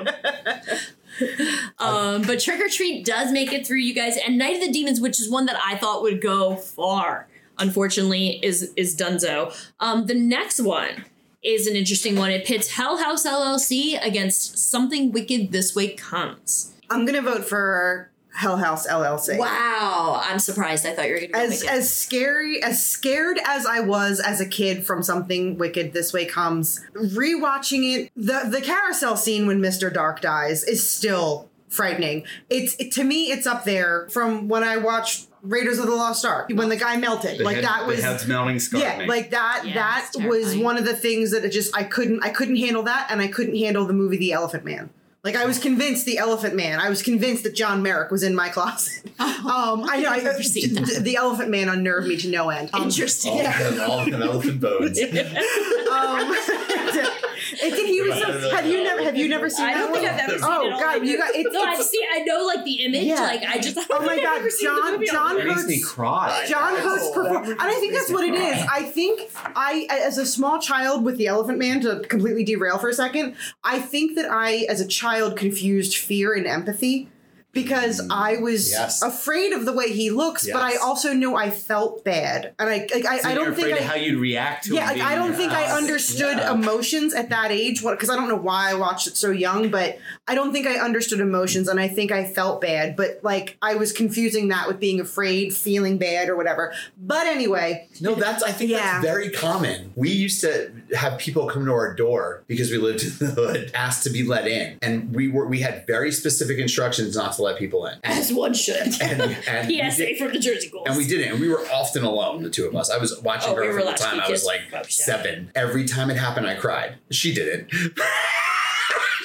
Speaker 2: Um, but Trick or Treat does make it through, you guys. And Night of the Demons, which is one that I thought would go far, unfortunately, is is Dunzo. Um, the next one is an interesting one. It pits Hell House LLC against Something Wicked This Way Comes.
Speaker 3: I'm gonna vote for Hell House LLC.
Speaker 2: Wow, I'm surprised. I thought you were going to
Speaker 3: As as scary as scared as I was as a kid from something wicked this way comes, rewatching it, the the carousel scene when Mr. Dark dies is still frightening. It's it, to me it's up there from when I watched Raiders of the Lost Ark when the guy melted.
Speaker 4: The
Speaker 3: like
Speaker 4: head-
Speaker 3: that was
Speaker 4: the head's melting scar.
Speaker 3: yeah, like that.
Speaker 2: Yeah,
Speaker 3: that
Speaker 2: it's
Speaker 3: was
Speaker 2: terrifying.
Speaker 3: one of the things that it just I couldn't. I couldn't handle that, and I couldn't handle the movie The Elephant Man. Like I was convinced The Elephant Man. I was convinced that John Merrick was in my closet. um, I know.
Speaker 2: Oh,
Speaker 3: I,
Speaker 2: I've never seen that.
Speaker 3: The Elephant Man unnerved me to no end. Um,
Speaker 2: Interesting.
Speaker 1: All of them, all of them elephant bones.
Speaker 3: Um, it can, he was so, have you never have you never seen
Speaker 2: I
Speaker 3: that
Speaker 2: don't think
Speaker 3: one?
Speaker 2: I've ever seen
Speaker 3: Oh,
Speaker 2: it. all.
Speaker 3: God,
Speaker 2: I do-
Speaker 3: you got- it's-
Speaker 2: no, I've
Speaker 3: it's-
Speaker 2: seen. I know like the image.
Speaker 3: Yeah.
Speaker 2: like I just. I
Speaker 3: Oh my
Speaker 2: think I've
Speaker 3: God,
Speaker 2: ever seen the
Speaker 3: John-
Speaker 2: movie all
Speaker 3: John
Speaker 2: the
Speaker 4: it
Speaker 2: way.
Speaker 4: makes me cry.
Speaker 3: John
Speaker 1: That
Speaker 3: Hurt's
Speaker 1: was-
Speaker 3: performance.
Speaker 4: that
Speaker 3: And I think
Speaker 4: makes
Speaker 3: that's
Speaker 4: me
Speaker 3: what it
Speaker 4: cry.
Speaker 3: is. I think I, as a small child with the Elephant Man, to completely derail for a second, I think that I, as a child, confused fear and empathy
Speaker 4: Mm.
Speaker 3: because I was
Speaker 1: yes.
Speaker 3: afraid of the way he looks, but I
Speaker 1: Yes.
Speaker 3: also knew I felt bad, and I, like, I,
Speaker 4: So
Speaker 3: I
Speaker 4: you're
Speaker 3: don't
Speaker 4: afraid
Speaker 3: think I.
Speaker 4: of how you'd react to "Ah,
Speaker 3: yeah,
Speaker 4: him
Speaker 3: like,
Speaker 4: being
Speaker 3: I
Speaker 4: in
Speaker 3: don't
Speaker 4: your
Speaker 3: think I
Speaker 4: house.
Speaker 3: understood
Speaker 1: Yeah.
Speaker 3: emotions at that age. What? Because I don't know why I watched it so young, but I don't think I understood emotions, and I think I felt bad. But like, I was confusing that with being afraid, feeling bad, or whatever. But anyway,
Speaker 1: No, that's I think
Speaker 3: Yeah.
Speaker 1: that's very common. We used to have people come to our door because we lived in the hood, asked to be let in, and we were we had very specific instructions not to let people in. And,
Speaker 2: As one should.
Speaker 1: and, and we
Speaker 2: PSA
Speaker 1: did-
Speaker 2: from the Jersey Ghouls.
Speaker 1: and we didn't. And we were often alone, the two of us. I was watching
Speaker 2: Oh,
Speaker 1: her
Speaker 2: we were
Speaker 1: from the
Speaker 2: latchkey
Speaker 1: time I was
Speaker 2: kids.
Speaker 1: like
Speaker 2: Oh, yeah.
Speaker 1: seven. Every time it happened, I cried. She didn't.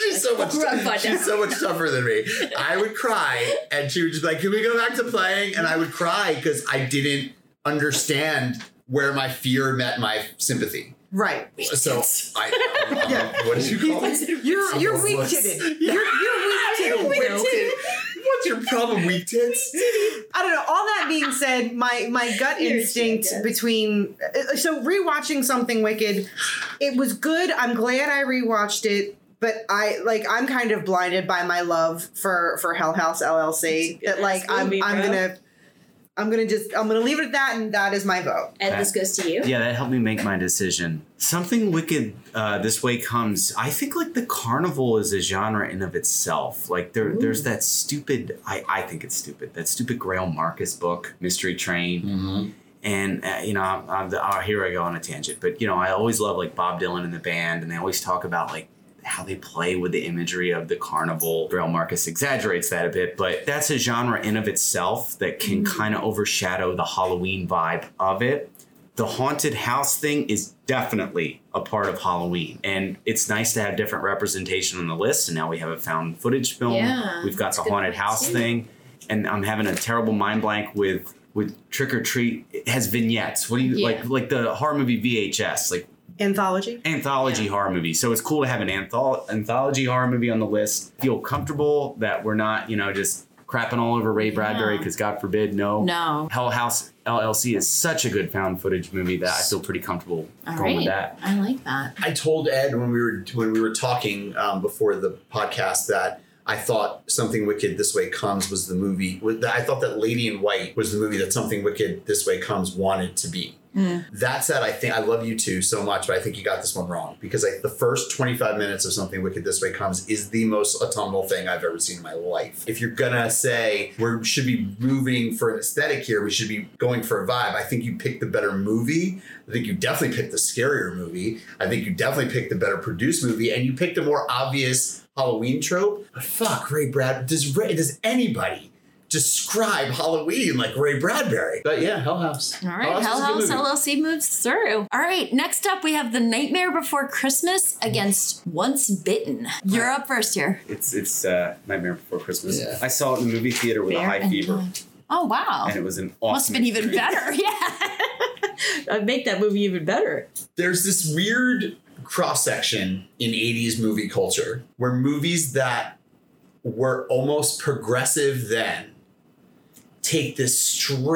Speaker 1: she's so much.
Speaker 2: grew up by now.
Speaker 1: She's so much tougher than me. I would cry, and she would just be like, "Can we go back to playing?" And I would cry because I didn't understand where my fear met my sympathy.
Speaker 3: right?
Speaker 1: So I. I'm- I'm- What did you call it?
Speaker 3: You're you're
Speaker 1: Someone
Speaker 3: weak
Speaker 1: looks-
Speaker 3: titted. You're you're weak titted. Will.
Speaker 1: What's your problem, weak tits?
Speaker 3: I don't know. All that being said, my my gut
Speaker 2: You're a
Speaker 3: instinct
Speaker 2: jackass.
Speaker 3: between uh, so rewatching something wicked, it was good. I'm glad I rewatched it, but I like I'm kind of blinded by my love for for Hell House LLC.
Speaker 2: That's a
Speaker 3: That
Speaker 2: good
Speaker 3: like
Speaker 2: ass
Speaker 3: I'm
Speaker 2: movie,
Speaker 3: I'm
Speaker 2: bro.
Speaker 3: gonna I'm gonna just I'm gonna leave it at that, and that is my vote.
Speaker 2: and this goes to you.
Speaker 4: Yeah, that helped me make my decision. Something wicked uh, this way comes. I think like the carnival is a genre in of itself. Like there, there's that stupid. I I think it's stupid. That stupid Grail Marcus book, Mystery Train. And uh, you know, I'm, I'm the, oh, here I go on a tangent, but you know, I always love like Bob Dylan and the band, and they always talk about like how they play with the imagery of the carnival. Grail Marcus exaggerates that a bit, but that's a genre in of itself that can kind of overshadow the Halloween vibe of it. The haunted house thing is definitely a part of Halloween, and it's nice to have different representation on the list. And now we have a found footage film.
Speaker 2: Yeah,
Speaker 4: We've got
Speaker 2: that's
Speaker 4: the
Speaker 2: a good
Speaker 4: haunted
Speaker 2: point,
Speaker 4: house
Speaker 2: too.
Speaker 4: thing, and I'm having a terrible mind blank with with trick or treat. It has vignettes. What do you
Speaker 2: Yeah.
Speaker 4: like? Like the horror movie VHS, like
Speaker 3: Anthology.
Speaker 4: anthology horror movie. So it's cool to have an anthol- anthology horror movie on the list. Feel comfortable that we're not, you know, just crapping all over Ray Bradbury
Speaker 2: No.
Speaker 4: because God forbid, no.
Speaker 1: Oh.
Speaker 2: No.
Speaker 4: Hell House LLC is such a good found footage movie that I feel pretty comfortable
Speaker 2: All
Speaker 4: going with
Speaker 2: right.
Speaker 4: that.
Speaker 2: I like that.
Speaker 1: I told Ed when we were when we were talking um, before the podcast that I thought Something Wicked This Way Comes was the movie. was- that I thought that Lady in White was the movie that Something Wicked This Way Comes wanted to be. That said, I think I love you two so much, but I think you got this one wrong because I, the first 25 minutes of Something Wicked This Way Comes is the most autumnal thing I've ever seen in my life. If you're gonna say we should be moving for an aesthetic here, we should be going for a vibe, I think you picked the better movie. I think you definitely picked the scarier movie. I think you definitely picked the better produced movie, and you picked a more obvious Halloween trope. But fuck, Ray Brad, does Ray, does anybody describe Halloween like Ray Bradbury? But yeah, Hell House.
Speaker 2: All right,
Speaker 1: is
Speaker 2: Hell
Speaker 1: a good
Speaker 2: House
Speaker 1: movie.
Speaker 2: LLC moves through. All right, next up we have The Nightmare Before Christmas against Once Bitten. You're up first here.
Speaker 4: It's it's uh, Nightmare Before Christmas.
Speaker 1: Yeah.
Speaker 4: I saw it in the movie theater with a
Speaker 2: Bear
Speaker 4: high
Speaker 2: and
Speaker 4: fever,
Speaker 2: Lion. Oh wow,
Speaker 4: and it was an awesome.
Speaker 2: must have been even
Speaker 4: experience.
Speaker 2: better. Yeah, I'd make that movie even better.
Speaker 1: there's this weird cross section in 80s movie culture where movies that were almost progressive then take this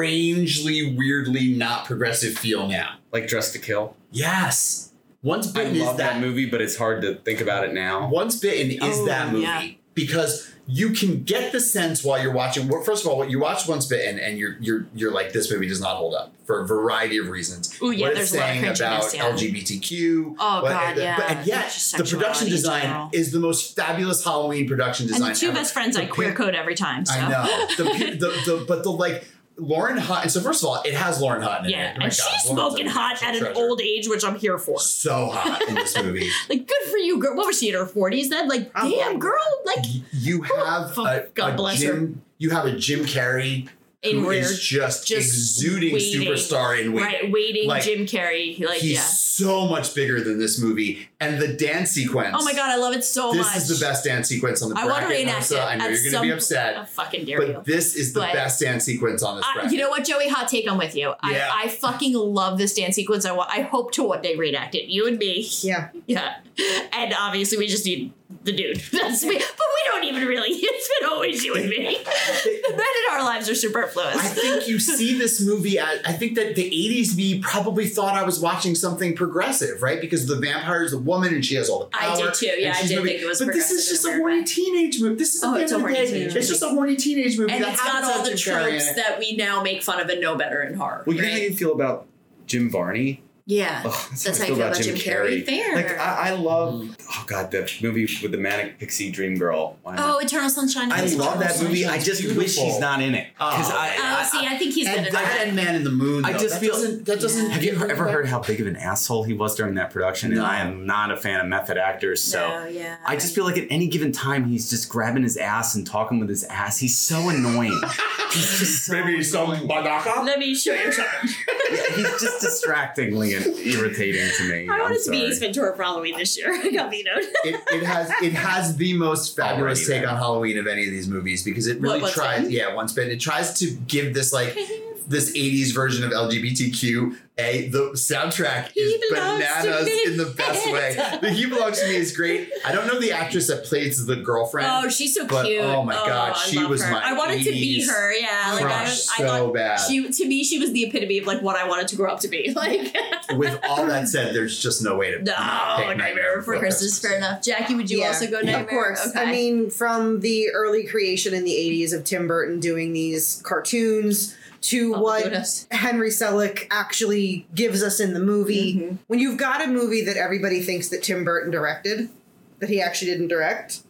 Speaker 1: strangely, weirdly not progressive feel now.
Speaker 4: Like Dress to Kill.
Speaker 1: Yes. Once
Speaker 4: I
Speaker 1: bitten is
Speaker 4: love that
Speaker 1: that,
Speaker 4: movie, but it's hard to think about it now.
Speaker 1: Once bitten is
Speaker 2: Oh,
Speaker 1: that movie.
Speaker 2: yeah.
Speaker 1: because you can get the sense while you're watching. Well, first of all, what you watch once bitten, and you're you're you're like this movie does not hold up for a variety of reasons.
Speaker 2: Ooh, yeah,
Speaker 1: what
Speaker 2: there's
Speaker 1: it's
Speaker 2: a lot of
Speaker 1: saying about
Speaker 2: cringiness, yeah.
Speaker 1: LGBTQ.
Speaker 5: Oh,
Speaker 1: what-
Speaker 5: God,
Speaker 1: and the-
Speaker 5: yeah.
Speaker 1: But and yet,
Speaker 5: Just
Speaker 1: the production
Speaker 5: sexuality in
Speaker 1: design
Speaker 5: general.
Speaker 1: is the most fabulous Halloween production
Speaker 2: And
Speaker 1: design.
Speaker 2: the two
Speaker 1: ever.
Speaker 2: best friends
Speaker 1: The
Speaker 2: I queer
Speaker 1: pic-
Speaker 2: code every time. So.
Speaker 1: I know. The, pe- the, the, but the like Lauren Hutton. So first of all, it has Lauren Hutton in
Speaker 2: Yeah,
Speaker 1: it. Oh my
Speaker 2: and
Speaker 1: God,
Speaker 2: she's
Speaker 1: Lauren Hutton's
Speaker 2: smoking
Speaker 1: a
Speaker 2: hot at an
Speaker 1: treasure.
Speaker 2: old age, which I'm here for.
Speaker 1: So hot in this movie.
Speaker 2: Like, good for you, girl. What was she in her 40s then? Like,
Speaker 3: Probably.
Speaker 2: damn, girl. Like,
Speaker 1: Y- You have
Speaker 2: Oh, fuck,
Speaker 1: a,
Speaker 2: God
Speaker 1: a
Speaker 2: bless her.
Speaker 1: Jim. You have a Jim Carrey
Speaker 2: in
Speaker 1: who
Speaker 2: weird.
Speaker 1: is just,
Speaker 2: just
Speaker 1: exuding
Speaker 2: waiting.
Speaker 1: superstar in waiting.
Speaker 2: Right, waiting,
Speaker 1: Like,
Speaker 2: Jim Carrey. Like,
Speaker 1: He's
Speaker 2: yeah.
Speaker 1: so much bigger than this movie, and the dance sequence.
Speaker 2: Oh my God, I love it so
Speaker 1: this
Speaker 2: much.
Speaker 1: is the best dance sequence on the
Speaker 2: I want to
Speaker 1: bracket.
Speaker 2: reenact
Speaker 1: Marissa.
Speaker 2: it.
Speaker 1: I know
Speaker 2: at
Speaker 1: you're going to be
Speaker 2: some-
Speaker 1: upset,
Speaker 2: I fucking dare you.
Speaker 1: but this is the
Speaker 2: But-
Speaker 1: best dance sequence on this
Speaker 2: I-
Speaker 1: bracket.
Speaker 2: you know what, Joey? Hot take. I'm with you.
Speaker 1: Yeah.
Speaker 2: I, I fucking love this dance sequence. I, wa- I hope to one day reenact it. You and me.
Speaker 3: Yeah.
Speaker 2: Yeah. And obviously, we just need the dude. That's we, but we don't even really. It's been always you and me. The men in our lives are superfluous.
Speaker 1: I think you see this movie at, I think that the 80s me probably thought I was watching something progressive, right? Because the vampire is a woman and she has all the power.
Speaker 2: I did too.
Speaker 1: and
Speaker 2: Yeah, I
Speaker 1: she's
Speaker 2: did
Speaker 1: moving-
Speaker 2: think it was
Speaker 1: But this is
Speaker 2: progressive in
Speaker 1: just
Speaker 2: a
Speaker 1: a
Speaker 2: weird
Speaker 1: horny
Speaker 2: way.
Speaker 1: teenage movie. This is
Speaker 2: Oh,
Speaker 1: at the end
Speaker 2: it's a
Speaker 1: of the
Speaker 2: horny
Speaker 1: day.
Speaker 2: teenage
Speaker 1: It's just a horny teenage movie.
Speaker 2: and
Speaker 1: that
Speaker 2: it's got
Speaker 1: happens on
Speaker 2: all the
Speaker 1: Jim Carrey
Speaker 2: tropes
Speaker 1: and-
Speaker 2: that we now make fun of and know better in horror.
Speaker 4: Well, you know how
Speaker 2: right?
Speaker 4: you feel about Jim Varney.
Speaker 2: yeah.
Speaker 4: Ugh, that's,
Speaker 2: That's
Speaker 4: how
Speaker 2: how
Speaker 4: I
Speaker 2: you
Speaker 4: feel about Jim Carrey.
Speaker 2: Fair.
Speaker 4: Like I, I love.
Speaker 1: Mm-hmm.
Speaker 4: Oh God, the movie with the manic pixie dream girl. Why not?
Speaker 2: oh, Eternal Sunshine. of
Speaker 4: I
Speaker 2: the Eternal
Speaker 4: love that movie. I
Speaker 1: It's
Speaker 4: just wish
Speaker 1: beautiful.
Speaker 4: she's not in it because
Speaker 1: Oh.
Speaker 4: I.
Speaker 2: Oh,
Speaker 4: I-
Speaker 2: see, I think he's
Speaker 1: and
Speaker 2: good at
Speaker 1: that
Speaker 2: that.
Speaker 1: and Man in the Moon.
Speaker 4: I
Speaker 1: though,
Speaker 4: just
Speaker 1: that
Speaker 4: feel-
Speaker 1: doesn't that doesn't
Speaker 4: have you ever heard how big of an asshole he was during that production?
Speaker 1: No.
Speaker 4: And I am not a fan of method actors, so
Speaker 2: No, yeah.
Speaker 4: I just feel like at any given time he's just grabbing his ass and talking with his ass. He's so annoying. he's just so
Speaker 1: Maybe some Banaka?
Speaker 2: Let me show you something.
Speaker 4: Yeah, he's just distractingly and irritating to me.
Speaker 2: I
Speaker 4: I'm
Speaker 2: wanted to be Ace
Speaker 4: sorry.
Speaker 2: Ventura for Halloween this year. I got vetoed.
Speaker 1: it, it has it has the most fabulous
Speaker 4: Alrighty
Speaker 1: take
Speaker 4: then.
Speaker 1: on Halloween of any of these movies because it really
Speaker 2: What, Once
Speaker 1: tries
Speaker 2: Bitten?
Speaker 1: yeah once bitten it tries to give this like this 80s version of LGBTQ a the soundtrack
Speaker 2: He
Speaker 1: is
Speaker 2: belongs to
Speaker 1: bananas
Speaker 2: me.
Speaker 1: in the best way the he belongs to me is great I don't know the actress that plays the girlfriend
Speaker 2: Oh, she's so
Speaker 1: But,
Speaker 2: cute.
Speaker 1: oh my God,
Speaker 2: I
Speaker 1: she
Speaker 2: love
Speaker 1: was
Speaker 2: her.
Speaker 1: my
Speaker 2: I wanted to be
Speaker 1: 80s
Speaker 2: her. Yeah, like I, I
Speaker 1: crushed so
Speaker 2: thought
Speaker 1: bad
Speaker 2: she to me she was the epitome of like what I wanted to grow up to be. Like
Speaker 1: with all that said there's just no way to
Speaker 2: no
Speaker 1: not pick
Speaker 2: nightmare Before Christmas. Fair enough. Jackie, would you
Speaker 3: Yeah,
Speaker 2: also go
Speaker 1: of
Speaker 2: nightmare?
Speaker 3: Of course.
Speaker 2: Okay.
Speaker 3: I mean, from the early creation in the 80s of Tim Burton doing these cartoons to
Speaker 2: Oh,
Speaker 3: what
Speaker 2: goodness.
Speaker 3: Henry Selick actually gives us in the movie.
Speaker 2: Mm-hmm.
Speaker 3: When you've got a movie that everybody thinks that Tim Burton directed, that he actually didn't direct,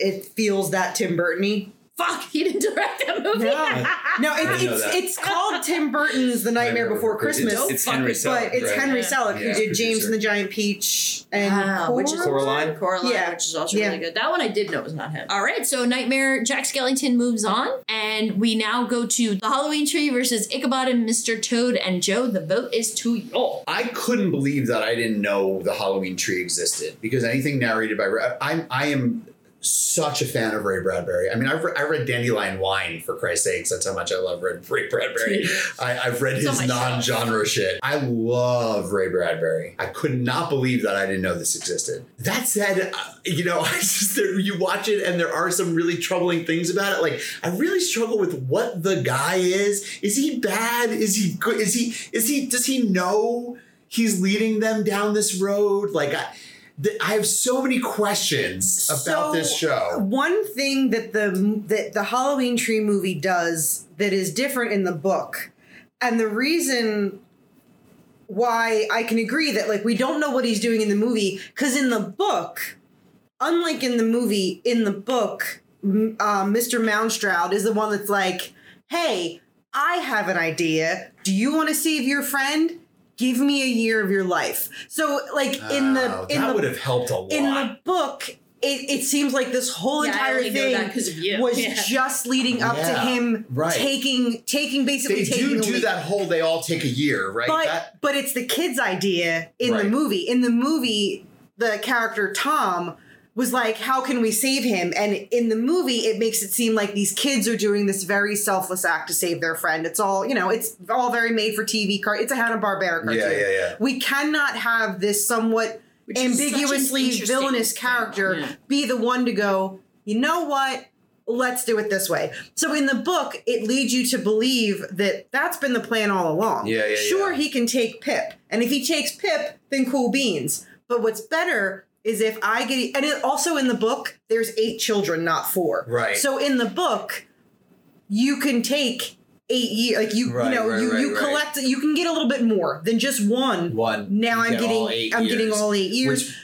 Speaker 3: it feels that Tim Burton-y.
Speaker 2: fuck, he didn't direct that movie.
Speaker 3: Yeah.
Speaker 2: Ah,
Speaker 3: No,
Speaker 4: I
Speaker 3: it's
Speaker 4: didn't know
Speaker 3: it's,
Speaker 4: that.
Speaker 3: it's called Tim Burton's The Nightmare Before Christmas,
Speaker 4: It's, it's Henry
Speaker 2: Don't
Speaker 4: Selick,
Speaker 3: but it's
Speaker 4: right?
Speaker 3: Henry
Speaker 2: Yeah.
Speaker 3: Selick
Speaker 1: Yeah,
Speaker 3: who did James
Speaker 4: producer.
Speaker 3: and the Giant Peach and
Speaker 2: Ah, which is
Speaker 4: Coraline?
Speaker 2: Coraline,
Speaker 3: Yeah.
Speaker 2: which is also
Speaker 3: Yeah.
Speaker 2: really good. That one I did know was not him. All right, so Nightmare Jack Skellington moves on, and we now go to the Halloween tree versus Ichabod and Mr. Toad and Joe. The vote is to y'all.
Speaker 1: I couldn't believe that I didn't know the Halloween tree existed because anything narrated by Ra- I'm I am such a fan of Ray Bradbury. I mean, I've re- I read Dandelion Wine for Christ's sakes. That's how much I love Red, Ray Bradbury. I, I've read
Speaker 2: It's on
Speaker 1: his
Speaker 2: my shelf.
Speaker 1: non-genre shit. I love Ray Bradbury. I could not believe that I didn't know this existed. That said, uh, you know, I just there, you watch it and there are some really troubling things about it. Like I really struggle with what the guy is. Is he bad? Is he good? Is he is he does he know he's leading them down this road? Like I, th- I have so many questions about
Speaker 3: So-
Speaker 1: this show.
Speaker 3: One thing that the that the Halloween Tree movie does that is different in the book, and the reason why I can agree that like we don't know what he's doing in the movie because in the book, unlike in the movie, in the book, m- uh, Mr. Mounstroud is the one that's like, "Hey, I have an idea. Do you want to save your friend?" Give me a year of your life. So, like in the
Speaker 1: Oh,
Speaker 3: in
Speaker 1: that
Speaker 3: the
Speaker 1: would have helped a lot.
Speaker 3: in the book, it, it seems like this whole
Speaker 2: Yeah, I
Speaker 3: entire
Speaker 2: only know that
Speaker 3: thing
Speaker 2: 'cause of you.
Speaker 3: was
Speaker 2: Yeah.
Speaker 3: just leading up to
Speaker 1: Yeah,
Speaker 3: him
Speaker 1: right.
Speaker 3: taking taking basically
Speaker 1: they
Speaker 3: taking
Speaker 1: do
Speaker 3: the
Speaker 1: do
Speaker 3: lead.
Speaker 1: that whole they all take a year, right?
Speaker 3: But
Speaker 1: That-
Speaker 3: but it's the kid's idea in the
Speaker 1: Right.
Speaker 3: movie. In the movie, the character Tom was like, "How can we save him?" And in the movie, it makes it seem like these kids are doing this very selfless act to save their friend. It's all you know. It's all very made for TV. Car- it's a Hanna Barbera cartoon.
Speaker 1: yeah, yeah, yeah.
Speaker 3: We cannot have this somewhat
Speaker 2: Which is such an
Speaker 3: ambiguously
Speaker 2: interesting
Speaker 3: villainous
Speaker 2: thing.
Speaker 3: character
Speaker 2: Yeah.
Speaker 3: be the one to go, you know what? Let's do it this way. So in the book, it leads you to believe that that's been the plan all along.
Speaker 1: Yeah, yeah,
Speaker 3: Sure,
Speaker 1: yeah.
Speaker 3: he can take Pip. And if he takes Pip, then cool beans. But what's better is if I get and it also in the book there's eight children, not four.
Speaker 1: Right.
Speaker 3: So in the book, you can take eight years, like you
Speaker 5: Right,
Speaker 3: you know
Speaker 5: right,
Speaker 3: you
Speaker 5: right,
Speaker 3: you
Speaker 5: right.
Speaker 3: collect you can get a little bit more than just one.
Speaker 5: One.
Speaker 3: Now
Speaker 5: You
Speaker 3: I'm
Speaker 5: get all
Speaker 3: getting
Speaker 5: eight
Speaker 3: I'm getting
Speaker 5: years,
Speaker 3: all eight years.
Speaker 5: Which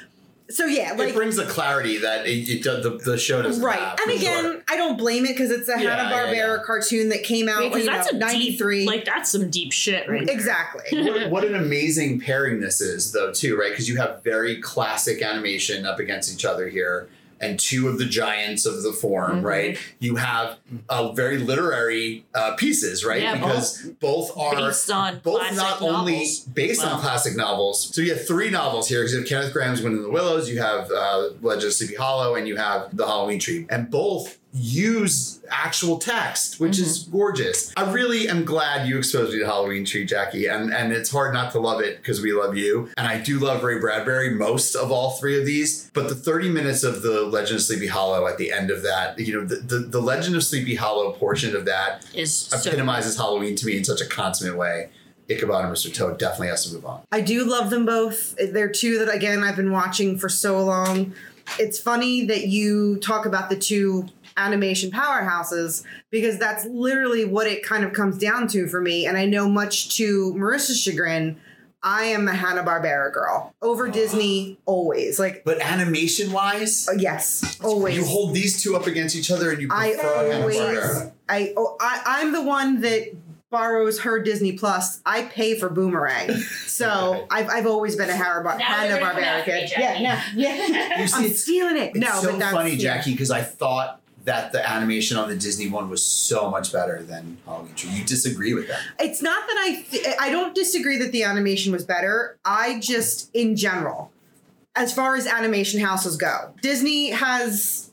Speaker 3: so yeah, like
Speaker 1: it brings the clarity that it, it does, the, the show doesn't
Speaker 3: right.
Speaker 1: have,
Speaker 3: and
Speaker 1: for
Speaker 3: again,
Speaker 1: sure.
Speaker 3: I don't blame it because it's a
Speaker 1: Yeah,
Speaker 3: Hanna Barbera
Speaker 1: yeah, yeah.
Speaker 3: cartoon that came out
Speaker 2: Because
Speaker 3: you
Speaker 2: that's
Speaker 3: know,
Speaker 2: a
Speaker 3: ninety
Speaker 2: deep,
Speaker 3: three.
Speaker 2: like that's some deep shit, right? there.
Speaker 3: exactly.
Speaker 1: what, what an amazing pairing this is, though, too, right? Because you have very classic animation up against each other here, and two of the giants of the form,
Speaker 3: Mm-hmm.
Speaker 2: Mhm.
Speaker 1: right? You have uh, very literary uh, pieces, right?
Speaker 2: Yeah,
Speaker 1: because both, are
Speaker 2: Based on
Speaker 1: both
Speaker 2: classic
Speaker 1: not only
Speaker 2: novels.
Speaker 1: based
Speaker 2: Wow.
Speaker 1: on classic novels. So you have three novels here because you have Kenneth Graham's Wind in the Willows, you have uh, Legend of Sleepy Hollow, and you have The Halloween Tree. And both use actual text, which is
Speaker 2: Mm-hmm.
Speaker 1: gorgeous. I really am glad you exposed me to Halloween Tree, Jackie. And, and it's hard not to love it because we love you. And I do love Ray Bradbury most of all three of these. But the 30 minutes of The Legend of Sleepy Hollow at the end of that, you know, the, the, the Legend of Sleepy Hollow portion of that
Speaker 2: is so
Speaker 1: epitomizes Halloween to me in such a consummate way. Ichabod and Mr. Toad definitely has to move on.
Speaker 3: I do love them both. They're two that again I've been watching for so long. It's funny that you talk about the two animation powerhouses because that's literally what it kind of comes down to for me. And I know much to Marissa's chagrin, I am a Hanna Barbera girl over Disney always. Like
Speaker 1: But animation wise,
Speaker 3: uh, yes, always.
Speaker 1: you hold these two up against each other and you
Speaker 3: I
Speaker 1: prefer
Speaker 3: always
Speaker 1: Hanna-Barbera.
Speaker 3: I, oh, I I'm the one that borrows her Disney Plus. I pay for Boomerang, so I've, I've always been a Hanna
Speaker 2: Now they're gonna come
Speaker 3: Barbera
Speaker 2: after me,
Speaker 3: kid.
Speaker 2: Jackie.
Speaker 3: Yeah, no, yeah.
Speaker 1: You
Speaker 3: I'm
Speaker 1: see, it's,
Speaker 3: stealing it.
Speaker 1: it's
Speaker 3: no,
Speaker 1: so
Speaker 3: but that's
Speaker 1: funny,
Speaker 3: yeah.
Speaker 1: Jackie, because I thought that the animation on the Disney one was so much better than Halloween Tree. You disagree with that?
Speaker 3: It's not that I th- I don't disagree that the animation was better. I just in general, as far as animation houses go, Disney has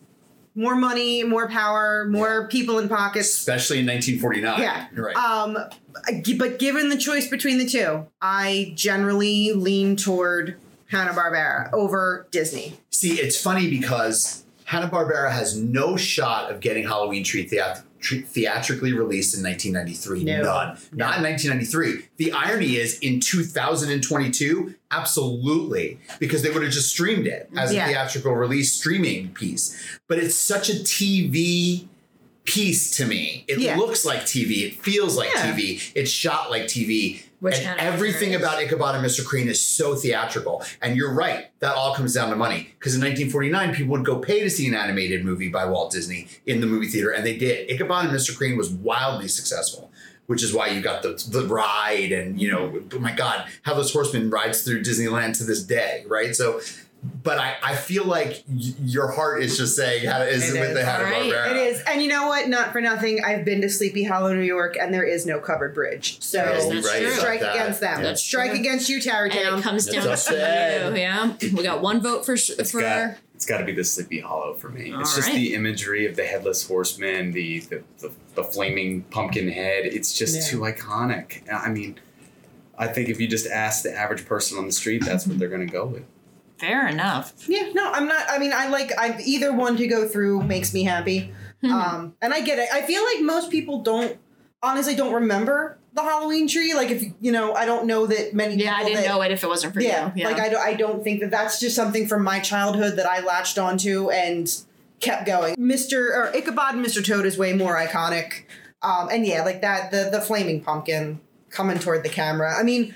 Speaker 3: more money, more power, more people in pockets.
Speaker 1: Especially in 1949.
Speaker 3: Yeah.
Speaker 1: You're right.
Speaker 3: Um, I- but given the choice between the two, I generally lean toward Hanna Barbera over Disney.
Speaker 1: See, it's funny because Hanna Barbera has no shot of getting Halloween Tree theat- tr- theatrically released in 1993.
Speaker 3: No.
Speaker 1: None. Not in 1993. The irony is, in 2022, absolutely, because they would have just streamed it as
Speaker 3: Yeah.
Speaker 1: a theatrical release streaming piece. But it's such a TV piece to me. It
Speaker 3: Yeah.
Speaker 1: looks like TV. It feels like
Speaker 3: Yeah.
Speaker 1: TV. It's shot like TV
Speaker 2: Which
Speaker 1: and
Speaker 2: Hanna-Barbera
Speaker 1: everything
Speaker 2: is.
Speaker 1: about Ichabod and Mr. Crean is so theatrical. And you're right, that all comes down to money. Because in 1949, people would go pay to see an animated movie by Walt Disney in the movie theater, and they did. Ichabod and Mr. Crean was wildly successful, which is why you got the, the ride and, you know, oh my God, how this horseman rides through Disneyland to this day, right? So, but I, I feel like y- your heart is just saying, how is
Speaker 3: It
Speaker 1: it with
Speaker 3: is.
Speaker 1: the Hanna
Speaker 2: Right.
Speaker 1: Barbera?
Speaker 3: It is, and you know what? Not for nothing, I've been to Sleepy Hollow, New York, and there is no covered bridge. So
Speaker 1: Yes,
Speaker 2: that's true.
Speaker 3: strike
Speaker 1: That-
Speaker 3: against them.
Speaker 2: That's
Speaker 3: strike
Speaker 2: true.
Speaker 3: against you,
Speaker 2: and it
Speaker 3: Tarrytown.
Speaker 2: comes
Speaker 1: That's
Speaker 2: down to
Speaker 1: upset.
Speaker 2: you. Yeah, we got one vote for s-
Speaker 4: It's
Speaker 2: for.
Speaker 4: got it's got to be the Sleepy Hollow for me.
Speaker 2: All
Speaker 4: it's just
Speaker 2: right.
Speaker 4: the imagery of the headless horseman, the the, the, the flaming pumpkin head. It's just
Speaker 3: Yeah.
Speaker 4: too iconic. I mean, I think if you just ask the average person on the street, that's what they're going to go with.
Speaker 2: Fair enough.
Speaker 3: Yeah, no, I'm not. I mean, I like I either one to go through makes me happy.
Speaker 2: Hmm.
Speaker 3: um, and I get it. I feel like most people don't honestly don't remember the Halloween tree. Like if you know, I don't know that many.
Speaker 2: Yeah, I
Speaker 3: people
Speaker 2: didn't
Speaker 3: that,
Speaker 2: know it if it wasn't for
Speaker 3: yeah,
Speaker 2: you.
Speaker 3: like I don't, I don't think that that's just something from my childhood that I latched onto and kept going. Mr. or Ichabod and Mr. Toad is way more iconic. Um, and yeah, like that the the flaming pumpkin coming toward the camera. I mean,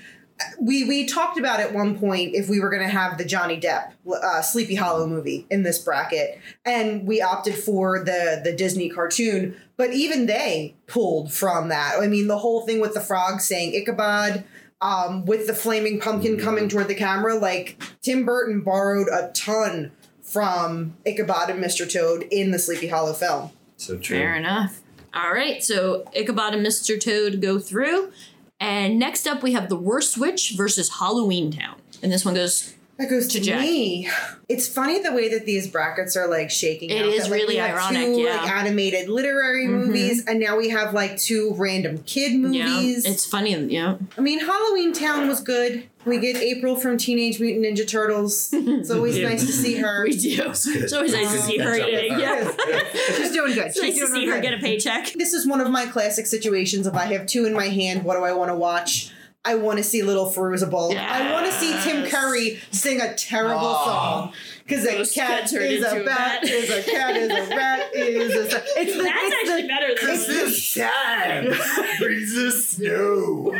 Speaker 3: we we talked about at one point if we were going to have the Johnny Depp uh, Sleepy Hollow movie in this bracket, and we opted for the the Disney cartoon. But even they pulled from that. I mean, the whole thing with the frog saying Ichabod, um, with the flaming pumpkin coming toward the camera, like Tim Burton borrowed a ton from Ichabod and Mr. Toad in the Sleepy Hollow film.
Speaker 4: So true.
Speaker 2: Fair enough. All right, so Ichabod and Mr. Toad go through, and next up we have the Worst Witch versus Halloween Town, and this one goes.
Speaker 3: That goes to,
Speaker 2: To Jackie.
Speaker 3: me. It's funny the way that these brackets are like shaking.
Speaker 2: It
Speaker 3: out.
Speaker 2: is
Speaker 3: that, like,
Speaker 2: really
Speaker 3: we have
Speaker 2: ironic,
Speaker 3: Two,
Speaker 2: yeah. Mm-hmm.
Speaker 3: like animated literary movies, and now we have like two random kid movies.
Speaker 2: Yeah, it's funny. Yeah,
Speaker 3: I mean, Halloween Town was good. We get April from Teenage Mutant Ninja Turtles. It's always nice to see her.
Speaker 2: we do. It's always nice to see her
Speaker 1: Good job.
Speaker 2: eating. Yeah,
Speaker 3: She's doing good.
Speaker 2: it's
Speaker 3: She's
Speaker 2: nice to
Speaker 3: doing
Speaker 2: see
Speaker 3: real
Speaker 2: her
Speaker 3: good.
Speaker 2: get a paycheck.
Speaker 3: This is one of my classic situations. If I have two in my hand, what do I want to watch? I want to see Little Feruza Balk. I want to see Tim
Speaker 2: Yes.
Speaker 3: Curry sing a terrible
Speaker 1: Aw.
Speaker 3: song. Because a
Speaker 2: Those
Speaker 3: cat
Speaker 2: cats are
Speaker 3: is
Speaker 2: into
Speaker 3: a
Speaker 2: a
Speaker 3: bat,
Speaker 2: bat.
Speaker 3: is a cat, is a rat, is a. sa- It's the,
Speaker 2: That's
Speaker 3: it's
Speaker 2: actually better than
Speaker 1: Because this time brings us snow.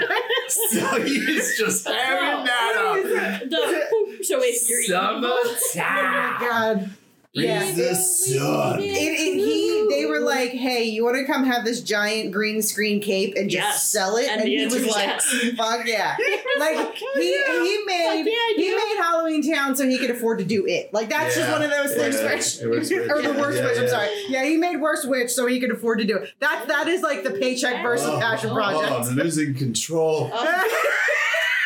Speaker 1: so he's just having that
Speaker 2: the, the- so wait,
Speaker 1: up.
Speaker 2: you're
Speaker 3: Oh my
Speaker 1: Summertime
Speaker 3: god. Yeah.
Speaker 1: brings the sun.
Speaker 3: And, and he, they were like, "Hey, you want to come have this giant green screen cape and just
Speaker 2: Yes.
Speaker 3: sell it?"
Speaker 2: And the
Speaker 3: he
Speaker 2: answer
Speaker 3: was
Speaker 2: was
Speaker 3: like,
Speaker 2: yes.
Speaker 3: "Fuck yeah!" Like he he made
Speaker 2: yeah, I
Speaker 3: he
Speaker 2: do.
Speaker 3: made Halloween Town so he could afford to do it. Like that's just
Speaker 1: Yeah.
Speaker 3: one of those
Speaker 1: Yeah.
Speaker 3: things. where-
Speaker 1: Worst Witch.
Speaker 3: or the
Speaker 1: Yeah.
Speaker 3: worst
Speaker 1: Yeah,
Speaker 3: witch. I'm
Speaker 1: yeah.
Speaker 3: sorry. Yeah, he made worst witch so he could afford to do it. That that is like the paycheck versus
Speaker 1: Oh,
Speaker 3: passion
Speaker 2: oh,
Speaker 3: project.
Speaker 1: Oh, I'm losing control.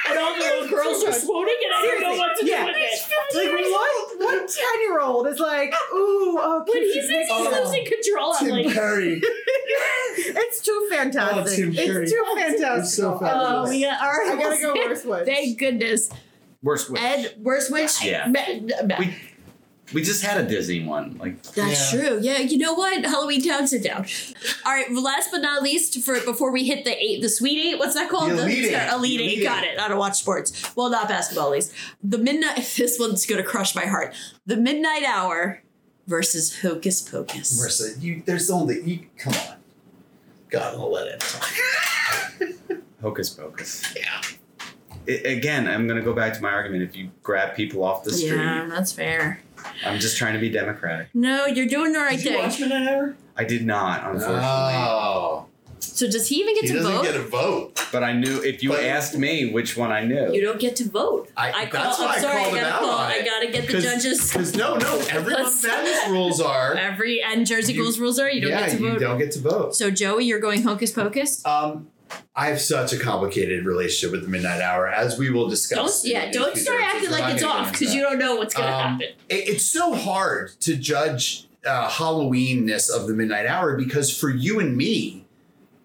Speaker 2: Uh, and all the little girls are swooping, and I don't know what to do
Speaker 3: Yeah.
Speaker 2: with it.
Speaker 3: like what? What ten year old is like? Ooh, oh,
Speaker 2: When he
Speaker 3: keep-
Speaker 2: says he's
Speaker 1: Oh.
Speaker 2: losing control, I'm
Speaker 1: Tim
Speaker 2: like,
Speaker 1: Curry.
Speaker 3: it's too fantastic.
Speaker 1: Oh, Tim Curry.
Speaker 3: it's too fantastic.
Speaker 1: It's so
Speaker 2: oh, we got all right.
Speaker 3: I gotta go
Speaker 2: we'll
Speaker 3: worst witch.
Speaker 2: see. Thank goodness.
Speaker 4: Worst witch.
Speaker 2: Ed, worst witch.
Speaker 4: Yeah.
Speaker 2: Me- me-
Speaker 4: We- we just had a Disney one. Like
Speaker 2: That's
Speaker 1: Yeah.
Speaker 2: true. Yeah, you know what? Halloween Town, sit down. All right. well, Last but not least, for before we hit the eight, the sweet eight. What's that called?
Speaker 1: The Elite Eight.
Speaker 2: sorry, elite
Speaker 1: The
Speaker 2: eight.
Speaker 1: Elite
Speaker 2: Got
Speaker 1: Eight.
Speaker 2: it. I don't watch sports. Well, not basketball, at least. The midnight. This one's gonna crush my heart. The midnight hour versus Hocus Pocus.
Speaker 1: Marissa, you there's only you come on. God, I'll let it talk.
Speaker 4: Hocus Pocus.
Speaker 1: Yeah.
Speaker 4: I- again, I'm going to go back to my argument. If you grab people off the street,
Speaker 2: Yeah, that's fair.
Speaker 4: I'm just trying to be democratic.
Speaker 2: No, you're doing the right
Speaker 1: Did you
Speaker 2: thing.
Speaker 1: watch Midnight Hour?
Speaker 4: I did not, unfortunately.
Speaker 1: Oh.
Speaker 2: So does he even get
Speaker 1: He
Speaker 2: to
Speaker 1: doesn't
Speaker 2: vote?
Speaker 1: get a vote.
Speaker 4: But I knew if you
Speaker 1: But-
Speaker 4: asked me which one I knew.
Speaker 2: you don't get to vote.
Speaker 1: I,
Speaker 2: I call.
Speaker 1: that's
Speaker 2: I'm
Speaker 1: why
Speaker 2: sorry.
Speaker 1: I called
Speaker 2: gotta
Speaker 1: him out
Speaker 2: call.
Speaker 1: on
Speaker 2: I
Speaker 1: it.
Speaker 2: gotta get the judges.
Speaker 1: Because no, no, everyone's madness rules are.
Speaker 2: Every and Jersey
Speaker 1: You-
Speaker 2: Girls rules are you don't
Speaker 1: yeah,
Speaker 2: get to
Speaker 1: you
Speaker 2: vote.
Speaker 1: don't get to vote.
Speaker 2: So Joey, you're going Hocus Pocus.
Speaker 1: Um, I have such a complicated relationship with the Midnight Hour, as we will
Speaker 2: Don't
Speaker 1: discuss. in-
Speaker 2: yeah,
Speaker 1: in
Speaker 2: don't
Speaker 1: future
Speaker 2: start
Speaker 1: episodes.
Speaker 2: acting
Speaker 1: We're not
Speaker 2: like it's
Speaker 1: gonna get
Speaker 2: off
Speaker 1: into
Speaker 2: because
Speaker 1: that.
Speaker 2: you don't know what's gonna
Speaker 1: Um,
Speaker 2: happen.
Speaker 1: it, it's so hard to judge uh, Halloweenness of the Midnight Hour because for you and me,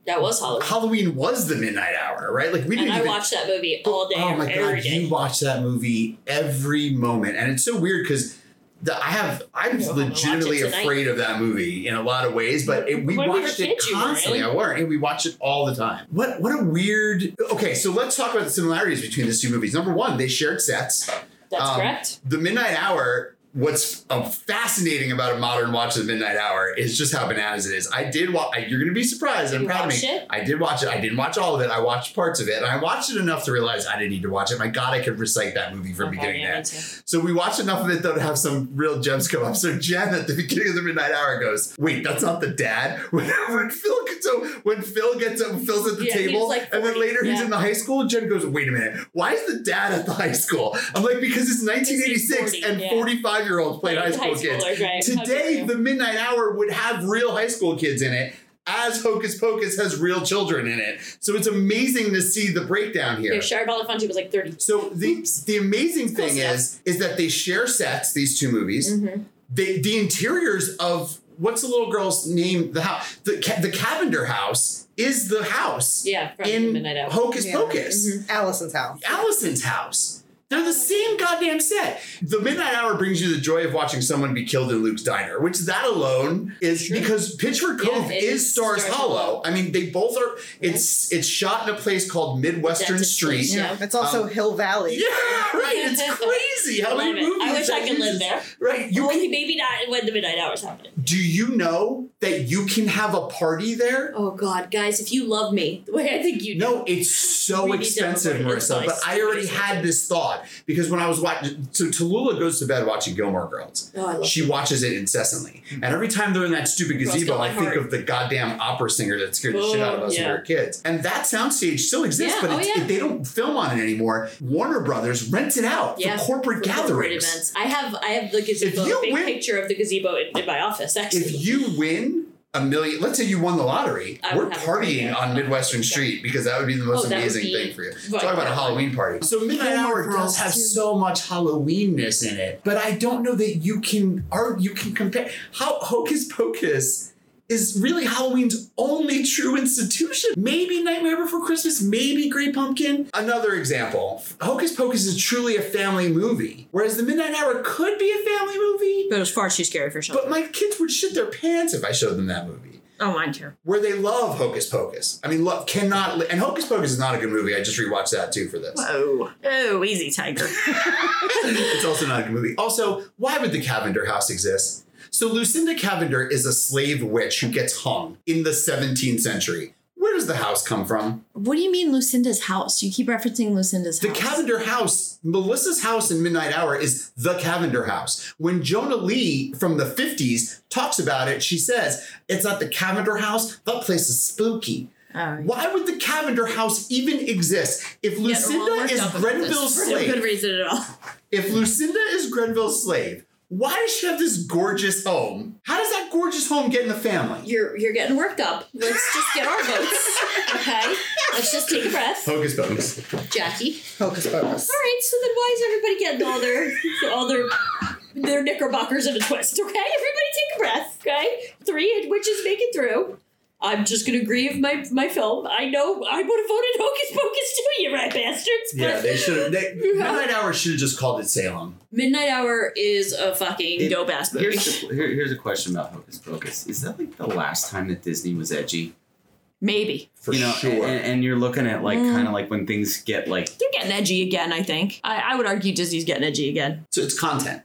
Speaker 2: That was Halloween,
Speaker 1: Halloween was the Midnight Hour, right? Like we
Speaker 2: and
Speaker 1: didn't
Speaker 2: I
Speaker 1: even.
Speaker 2: watched that movie all day,
Speaker 1: oh my
Speaker 2: every
Speaker 1: god,
Speaker 2: day.
Speaker 1: you watch that movie every moment, and it's so weird because. The, I have. I'm
Speaker 2: I'm gonna watch it
Speaker 1: legitimately
Speaker 2: tonight.
Speaker 1: afraid of that movie in a lot of ways, but it, we
Speaker 2: When we were
Speaker 1: watched it
Speaker 2: kids, you were,
Speaker 1: constantly.
Speaker 2: really.
Speaker 1: I weren't. We watched it all the time. What? What a weird. Okay, so let's talk about the similarities between the two movies. Number one, they shared sets.
Speaker 2: That's
Speaker 1: Um,
Speaker 2: correct.
Speaker 1: The Midnight Hour. What's um, fascinating about a modern watch of the Midnight Hour is just how bananas it is. I did watch. You're going to be surprised. I'm
Speaker 2: You
Speaker 1: proud of me.
Speaker 2: watched it?
Speaker 1: I did watch it. I didn't watch all of it. I watched parts of it, and I watched it enough to realize I didn't need to watch it. My God, I could recite that movie from
Speaker 2: Okay,
Speaker 1: beginning to
Speaker 2: yeah, me
Speaker 1: end.
Speaker 2: too.
Speaker 1: So we watched enough of it though to have some real gems come up. So Jen at the beginning of the midnight hour goes, "Wait, that's not the dad." When, when Phil gets so when Phil gets up, Phil's at the
Speaker 2: Yeah, he
Speaker 1: table,
Speaker 2: was like
Speaker 1: and then
Speaker 2: 40,
Speaker 1: later he's
Speaker 2: yeah.
Speaker 1: in the high school. Jen goes, "Wait a minute, why is the dad at the high school?" I'm like, "Because it's 1986
Speaker 2: 40,
Speaker 1: and
Speaker 2: yeah.
Speaker 1: 45 year olds played high school kids."
Speaker 2: schoolers, right? How dare
Speaker 1: Today,
Speaker 2: you.
Speaker 1: the midnight hour would have real high school kids in it. As Hocus Pocus has real children in it. So it's amazing to see the breakdown here.
Speaker 2: yeah, Shara Belafonte was like 30.
Speaker 1: So the the amazing
Speaker 2: Close
Speaker 1: thing
Speaker 2: enough. Mm-hmm.
Speaker 1: is is that they share sets. These two movies, they the interiors of what's the little girl's name? The house, the ca- the Cavender house is the house
Speaker 2: Yeah, from
Speaker 1: in
Speaker 2: Midnight Mm-hmm. Hour.
Speaker 1: Hocus
Speaker 3: Yeah.
Speaker 1: Pocus.
Speaker 3: Allison's house.
Speaker 1: Allison's house. They're the same goddamn set. The Midnight Hour brings you the joy of watching someone be killed in Luke's diner, which that alone is
Speaker 2: True.
Speaker 1: because Pitchford
Speaker 2: Yeah,
Speaker 1: Cove
Speaker 2: it
Speaker 1: is
Speaker 2: is
Speaker 1: Stars
Speaker 2: Stars
Speaker 1: Hollow.
Speaker 2: Hollow.
Speaker 1: I mean, they both are. It's it's shot in a place called Midwestern
Speaker 2: That's a
Speaker 1: Street.
Speaker 2: place, Yeah.
Speaker 3: It's also
Speaker 1: Um,
Speaker 3: Hill Valley.
Speaker 1: Yeah, right. It's crazy
Speaker 2: I
Speaker 1: how
Speaker 2: love
Speaker 1: many
Speaker 2: it.
Speaker 1: movies.
Speaker 2: I wish
Speaker 1: that
Speaker 2: I could live
Speaker 1: uses-
Speaker 2: there.
Speaker 1: Right. You
Speaker 2: Only
Speaker 1: can,
Speaker 2: maybe not when the Midnight Hour's happening.
Speaker 1: do you know that you can have a party there?
Speaker 2: Oh God, guys, if you love me the way I think you do,
Speaker 1: No, it's so
Speaker 2: We need to
Speaker 1: expensive,
Speaker 2: avoid it. It's
Speaker 1: Marissa.
Speaker 2: nice.
Speaker 1: But I already had this thought because when I was watching, so Tallulah goes to bed watching Gilmore Girls.
Speaker 2: Oh, I love
Speaker 1: She watches it incessantly, and every time they're in that stupid
Speaker 2: Girls
Speaker 1: gazebo,
Speaker 2: Got Hmm. My
Speaker 1: I think
Speaker 2: Heart.
Speaker 1: of the goddamn opera singer that scared the shit out of
Speaker 2: Oh,
Speaker 1: us when
Speaker 2: yeah.
Speaker 1: we were kids. And that soundstage still exists,
Speaker 2: Yeah,
Speaker 1: but
Speaker 2: oh,
Speaker 1: it's,
Speaker 2: yeah.
Speaker 1: they don't film on it anymore. Warner Brothers rents it out
Speaker 2: Yeah,
Speaker 1: for corporate
Speaker 2: for corporate
Speaker 1: gatherings.
Speaker 2: events. I have I have the gazebo,
Speaker 1: you
Speaker 2: big
Speaker 1: win-
Speaker 2: picture of the gazebo in, in my office. Actually,
Speaker 1: if you win a million, let's say you won the lottery,
Speaker 2: I would
Speaker 1: we're
Speaker 2: have a
Speaker 1: partying
Speaker 2: party.
Speaker 1: on Midwestern Street because that would be the most
Speaker 2: Oh, that would
Speaker 1: amazing
Speaker 2: be-
Speaker 1: thing for you.
Speaker 2: right,
Speaker 1: Talk about a
Speaker 2: that
Speaker 1: Halloween party. So Midnight
Speaker 3: Gilmore
Speaker 1: Hour Girls
Speaker 3: Girls
Speaker 1: have
Speaker 3: too.
Speaker 1: so much Halloweenness in it, but I don't know that you can are you can compare how Hocus Pocus. Is really Halloween's only true institution. Maybe Nightmare Before Christmas, maybe Great Pumpkin. Another example Hocus Pocus is truly a family movie, whereas The Midnight Hour could be a family movie,
Speaker 2: but it was far too scary for
Speaker 1: but my kids would shit their pants if I showed them that movie.
Speaker 2: Oh, mine too.
Speaker 1: where they love Hocus Pocus. I mean, look, cannot li- and Hocus Pocus is not a good movie. I just rewatched that too for this.
Speaker 2: Whoa. Oh, easy, Tiger.
Speaker 1: it's also not a good movie. Also, why would the Cavender House exist? So Lucinda Cavender is a slave witch who gets hung in the 17th century. Where does the house come from?
Speaker 2: what do you mean Lucinda's house? You keep referencing Lucinda's
Speaker 1: The
Speaker 2: house.
Speaker 1: Cavender House, Melissa's house in Midnight Hour is the Cavender House. When Jonah Lee from the 50s talks about it, she says, It's not the Cavender House. That place is spooky.
Speaker 2: Oh,
Speaker 1: Why would the Cavender House even exist if Lucinda is Grenville's
Speaker 2: for no good
Speaker 1: slave?
Speaker 2: reason at all.
Speaker 1: If Lucinda is Grenville's slave, why does she have this gorgeous home? How does that gorgeous home get in the family?
Speaker 2: You're you're getting worked up. Let's just get our votes. Okay. Let's just take a breath,
Speaker 1: Hocus pocus.
Speaker 2: Jackie.
Speaker 3: Hocus pocus.
Speaker 2: All right. So then, why is everybody getting all their all their their knickerbockers in a twist? Okay. Everybody, take a breath. Okay. Three witches make it through. I'm just gonna grieve my my film. I know I would have voted Hocus Pocus too, you rat bastards. But
Speaker 1: Yeah, they should have. they-
Speaker 2: Yeah.
Speaker 1: Midnight Hour should have just called it Salem.
Speaker 2: Midnight Hour is a fucking
Speaker 4: It-
Speaker 2: dope ass movie.
Speaker 4: Here's, the, here, here's a question about Hocus Pocus. Is that like the last time that Disney was edgy?
Speaker 2: Maybe
Speaker 1: For
Speaker 4: you know,
Speaker 1: sure.
Speaker 4: And, and you're looking at like
Speaker 2: Mm.
Speaker 4: kind of like when things get like
Speaker 2: they're getting edgy again. I think I, I would argue Disney's getting edgy again.
Speaker 1: so it's content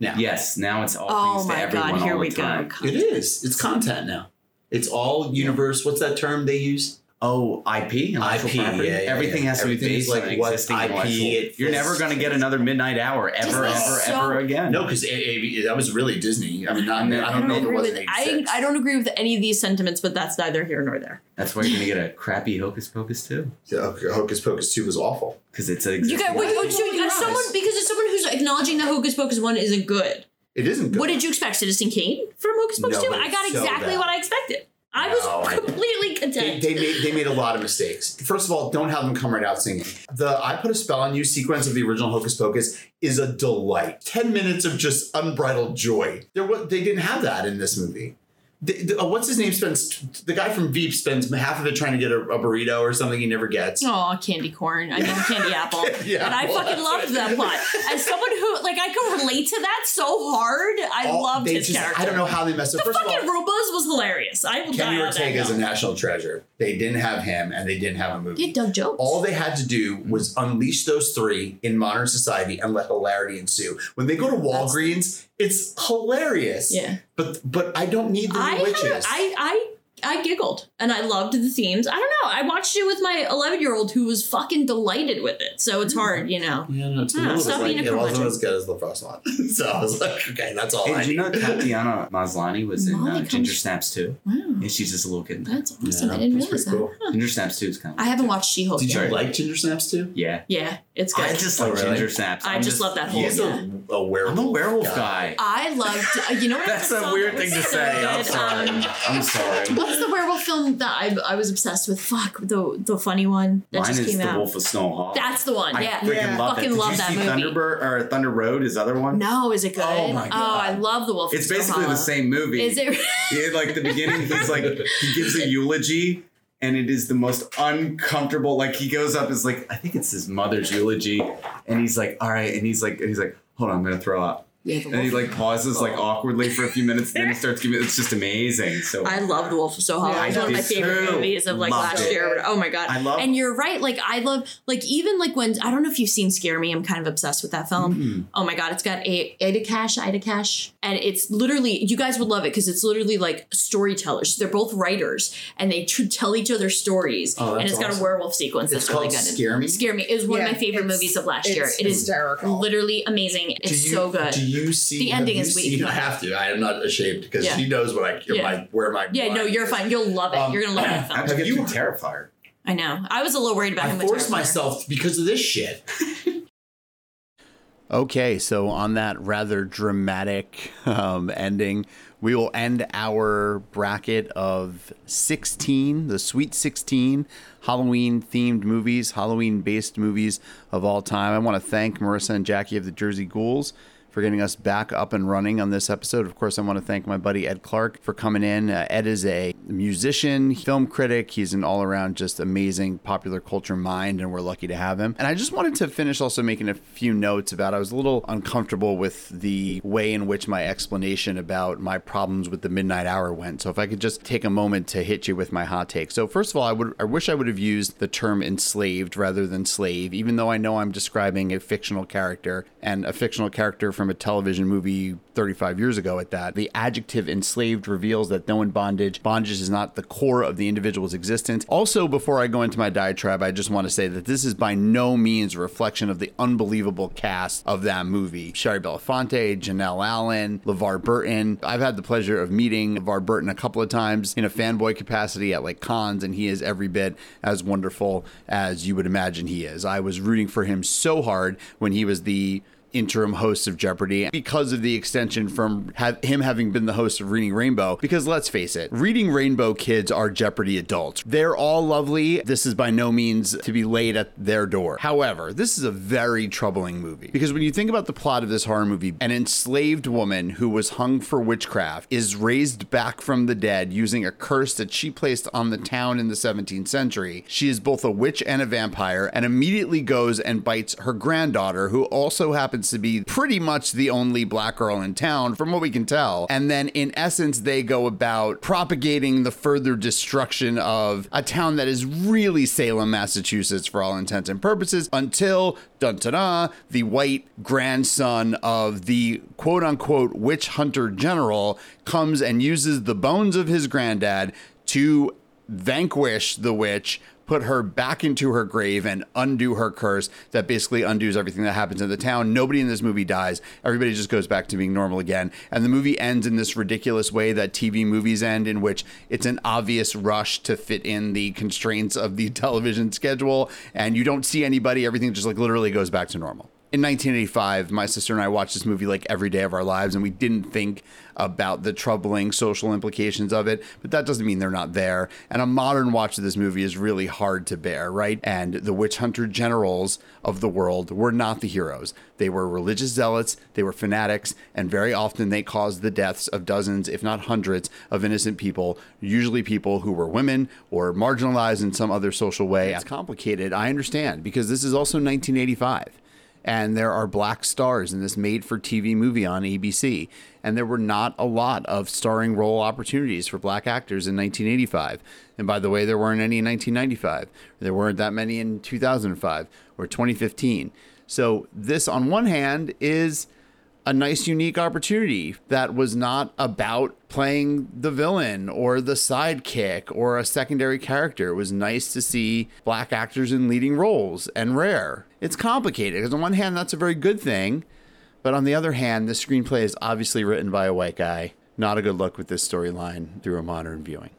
Speaker 1: now.
Speaker 4: yes, now it's all
Speaker 2: Oh
Speaker 4: things to
Speaker 2: my
Speaker 4: everyone
Speaker 2: god,
Speaker 4: all
Speaker 2: here
Speaker 4: the
Speaker 2: we
Speaker 4: time.
Speaker 2: go.
Speaker 1: It is. It's content now. It's all universe. What's that term they use?
Speaker 4: Oh, IP, intellectual
Speaker 1: IP, yeah,
Speaker 4: property.
Speaker 1: yeah,
Speaker 4: Everything
Speaker 1: yeah.
Speaker 4: has to be
Speaker 1: Everything is
Speaker 4: based
Speaker 1: like
Speaker 4: on
Speaker 1: what
Speaker 4: existing
Speaker 1: IP
Speaker 4: intellectual-
Speaker 1: it
Speaker 4: You're
Speaker 1: is.
Speaker 4: never going to get another Midnight Hour ever,
Speaker 2: Disney's
Speaker 4: ever,
Speaker 2: so-
Speaker 4: ever again.
Speaker 1: No, because that was really Disney. I mean, not, I don't know if it
Speaker 2: agree
Speaker 1: was
Speaker 2: with,
Speaker 1: in
Speaker 2: I,
Speaker 1: 86.
Speaker 2: I don't agree with any of these sentiments, but that's neither here nor there.
Speaker 4: That's why you're going to get a crappy Hocus Pocus too,
Speaker 1: Yeah, Hocus Pocus 2 was awful.
Speaker 4: because it's a.
Speaker 2: You got what you,
Speaker 1: Why?
Speaker 2: you, you- as someone because it's someone who's acknowledging that Hocus Pocus one isn't good.
Speaker 1: It isn't good.
Speaker 2: What did you expect, Citizen Kane, from Hocus Pocus
Speaker 1: No,
Speaker 2: two?
Speaker 1: but
Speaker 2: I got
Speaker 1: it's so
Speaker 2: exactly
Speaker 1: bad.
Speaker 2: what I expected. I
Speaker 1: No,
Speaker 2: was
Speaker 1: I didn't.
Speaker 2: completely
Speaker 1: They,
Speaker 2: content.
Speaker 1: they made they made a lot of mistakes. First of all, don't have them come right out singing. The "I Put a Spell on You" sequence of the original Hocus Pocus is a delight. Ten minutes of just unbridled joy. There, wa- they didn't have that in this movie. The- the- uh, what's his name? Spends the guy from Veep spends half of it trying to get a, a burrito or something he never gets.
Speaker 2: Oh, candy corn. I mean, candy apple.
Speaker 1: Yeah,
Speaker 2: and I
Speaker 1: well,
Speaker 2: fucking
Speaker 1: that's
Speaker 2: loved
Speaker 1: it.
Speaker 2: that plot. As someone who, like, I can relate to that so hard. I
Speaker 1: All-
Speaker 2: loved
Speaker 1: they
Speaker 2: his
Speaker 1: just-
Speaker 2: character.
Speaker 1: I don't know how they messed up. First of
Speaker 2: Fucking
Speaker 1: all,
Speaker 2: Robos was hilarious. I will
Speaker 1: Kenny
Speaker 2: die on that
Speaker 1: Ortega is
Speaker 2: hill.
Speaker 1: a national treasure. They didn't have him, and they didn't have a movie.
Speaker 2: Get Doug Jones.
Speaker 1: All they had to do was unleash those three in modern society and let hilarity ensue. When they go to Walgreens, it's hilarious.
Speaker 2: Yeah.
Speaker 1: But but I don't need the new
Speaker 2: I,
Speaker 1: witches.
Speaker 2: had a, I I I giggled and I loved the themes. I don't know. I watched it with my 11 year old who was fucking delighted with it. So it's hard, you know.
Speaker 1: yeah, no, it's
Speaker 2: Hmm, stop being a
Speaker 1: it wasn't
Speaker 2: curmudgeon.
Speaker 1: as good as the first one. so I was like, okay, that's all
Speaker 4: Hey,
Speaker 1: I
Speaker 4: did you
Speaker 1: need.
Speaker 4: know Tatiana Maslany was in
Speaker 2: Molly
Speaker 4: uh,
Speaker 2: comes-
Speaker 4: Ginger Snaps too?
Speaker 2: Wow,
Speaker 4: And she's just a little kid. in that.
Speaker 2: that's awesome.
Speaker 1: Yeah,
Speaker 2: I didn't
Speaker 1: that's
Speaker 2: realize that.
Speaker 1: pretty cool.
Speaker 2: Huh.
Speaker 4: Ginger Snaps too is kind of.
Speaker 2: I haven't watched She Hulk.
Speaker 1: Did you
Speaker 4: Sorry.
Speaker 1: like Ginger Snaps too?
Speaker 4: Yeah.
Speaker 2: Yeah, it's good.
Speaker 4: I just
Speaker 1: Oh,
Speaker 4: love
Speaker 1: really?
Speaker 4: Ginger Snaps.
Speaker 2: I
Speaker 4: I'm
Speaker 2: just love that whole-
Speaker 1: He's
Speaker 2: Yeah.
Speaker 1: a, a werewolf.
Speaker 4: I'm a werewolf guy.
Speaker 2: I loved. uh, you know what? I
Speaker 4: That's
Speaker 2: just
Speaker 4: a
Speaker 2: saw
Speaker 4: weird
Speaker 2: that was
Speaker 4: thing to
Speaker 2: so
Speaker 4: say. I'm
Speaker 2: good?
Speaker 4: sorry.
Speaker 2: Um,
Speaker 4: I'm sorry.
Speaker 2: What's the werewolf film that I, I was obsessed with? Fuck the the funny one that
Speaker 4: Mine
Speaker 2: just
Speaker 4: is
Speaker 2: came
Speaker 4: The
Speaker 2: out.
Speaker 4: Wolf of Snow Hall.
Speaker 2: That's the one.
Speaker 4: I
Speaker 2: yeah.
Speaker 4: freaking
Speaker 3: Yeah.
Speaker 4: love
Speaker 2: Fucking
Speaker 4: that. Did
Speaker 2: love
Speaker 4: you
Speaker 2: that
Speaker 4: see
Speaker 2: movie.
Speaker 4: Thunderbird or Thunder Road? His other one.
Speaker 2: No, is it good?
Speaker 4: Oh my God.
Speaker 2: Oh, I love the Wolf. of
Speaker 4: It's
Speaker 2: Snow
Speaker 4: basically
Speaker 2: Hollow.
Speaker 4: the same movie.
Speaker 2: Is it?
Speaker 4: Yeah, like the beginning, he's like he gives a eulogy, and it is the most uncomfortable. Like he goes up, is like I think it's his mother's eulogy, and he's like, all right, and he's like, and he's like, hold on, I'm gonna throw up,
Speaker 2: Yeah, the Oh.
Speaker 4: and he
Speaker 2: Wolf-
Speaker 4: like pauses like awkwardly for a few minutes, and then he starts giving. It's just amazing. So
Speaker 2: I love The Wolf of Soho.
Speaker 3: Yeah,
Speaker 2: Hollow.
Speaker 3: I
Speaker 2: it's one of my
Speaker 4: did
Speaker 2: favorite
Speaker 4: too.
Speaker 2: movies of like
Speaker 4: Loved
Speaker 2: last
Speaker 4: it.
Speaker 2: year. Oh my god.
Speaker 4: I love-
Speaker 2: And you're right. Like I love like even like when I don't know if you've seen Scare Me. I'm kind of obsessed with that
Speaker 1: Mm-hmm.
Speaker 2: film.
Speaker 4: Mm.
Speaker 2: Oh my god, it's got a Ida Cash, Ida Cash, and it's literally you guys would love it because it's literally like storytellers. They're both writers and they tr- tell each other stories.
Speaker 1: Oh, that's
Speaker 2: and it's got a
Speaker 1: awesome.
Speaker 2: werewolf sequence
Speaker 1: It's
Speaker 2: that's really
Speaker 1: called
Speaker 2: good.
Speaker 1: Scare Me.
Speaker 2: Scare Me is one of
Speaker 3: Yeah,
Speaker 2: my favorite
Speaker 3: it's-
Speaker 2: movies of last year.
Speaker 3: It's
Speaker 2: It is
Speaker 3: hysterical.
Speaker 2: literally amazing.
Speaker 1: Do
Speaker 2: It's
Speaker 1: you-
Speaker 2: so good.
Speaker 1: Do you see
Speaker 2: The
Speaker 1: have
Speaker 2: ending
Speaker 1: you
Speaker 2: is weak.
Speaker 1: seen- I have to. I am not ashamed because
Speaker 2: Yeah.
Speaker 1: she knows what I
Speaker 2: Yeah.
Speaker 1: my, where my
Speaker 2: yeah, no,
Speaker 1: mind
Speaker 2: you're
Speaker 1: is.
Speaker 2: fine. You'll love it.
Speaker 1: Um,
Speaker 2: you're gonna love that film.
Speaker 1: Have
Speaker 4: have
Speaker 1: you-
Speaker 4: you Terrifier?
Speaker 2: I know. I was a little worried about
Speaker 1: I
Speaker 2: him. with
Speaker 1: forced
Speaker 2: Terrifier.
Speaker 1: myself because of this shit. okay, so on that rather dramatic um, ending, we will end our bracket of 16, the Sweet 16 Halloween themed movies, Halloween based movies of all time. I want to thank Marissa and Jackie of the Jersey Ghouls.
Speaker 6: for getting us back up and running on this episode. Of course, I want to thank my buddy Ed Clark for coming in. Uh, Ed is a musician, film critic. He's an all around just amazing popular culture mind, and we're lucky to have him. And I just wanted to finish also making a few notes about I was a little uncomfortable with the way in which my explanation about my problems with the midnight hour went. So if I could just take a moment to hit you with my hot take. So first of all, I would I wish I would have used the term enslaved rather than slave, even though I know I'm describing a fictional character and a fictional character from a television movie 35 years ago at that. The adjective enslaved reveals that though in bondage, bondage is not the core of the individual's existence. Also, before I go into my diatribe, I just want to say that this is by no means a reflection of the unbelievable cast of that movie. Sherry Belafonte, Janelle Allen, LeVar Burton. I've had the pleasure of meeting LeVar Burton a couple of times in a fanboy capacity at like cons, and he is every bit as wonderful as you would imagine he is. I was rooting for him so hard when he was the interim host of Jeopardy because of the extension from ha- him having been the host of Reading Rainbow. Because let's face it, Reading Rainbow kids are Jeopardy adults. They're all lovely. This is by no means to be laid at their door. However, this is a very troubling movie because when you think about the plot of this horror movie, an enslaved woman who was hung for witchcraft is raised back from the dead using a curse that she placed on the town in the 17th century. She is both a witch and a vampire and immediately goes and bites her granddaughter, who also happens to be pretty much the only black girl in town, from what we can tell. And then, in essence, they go about propagating the further destruction of a town that is really Salem, Massachusetts, for all intents and purposes, until dun ta the white grandson of the quote unquote witch hunter general comes and uses the bones of his granddad to vanquish the witch put her back into her grave and undo her curse that basically undoes everything that happens in the town. Nobody in this movie dies. Everybody just goes back to being normal again. And the movie ends in this ridiculous way that TV movies end, in which it's an obvious rush to fit in the constraints of the television schedule. And you don't see anybody. Everything just like literally goes back to normal. In 1985, my sister and I watched this movie like every day of our lives, and we didn't think about the troubling social implications of it, but that doesn't mean they're not there. And a modern watch of this movie is really hard to bear, right? And the witch hunter generals of the world were not the heroes. They were religious zealots, they were fanatics, and very often they caused the deaths of dozens, if not hundreds, of innocent people, usually people who were women or marginalized in some other social way. It's complicated, I understand, because this is also 1985 and there are black stars in this made for TV movie on ABC. And there were not a lot of starring role opportunities for black actors in 1985. And by the way, there weren't any in 1995. There weren't that many in 2005 or 2015. So, this on one hand is a nice, unique opportunity that was not about playing the villain or the sidekick or a secondary character. It was nice to see black actors in leading roles and rare. It's complicated because, on one hand, that's a very good thing. But on the other hand, the screenplay is obviously written by a white guy. Not a good look with this storyline through a modern viewing.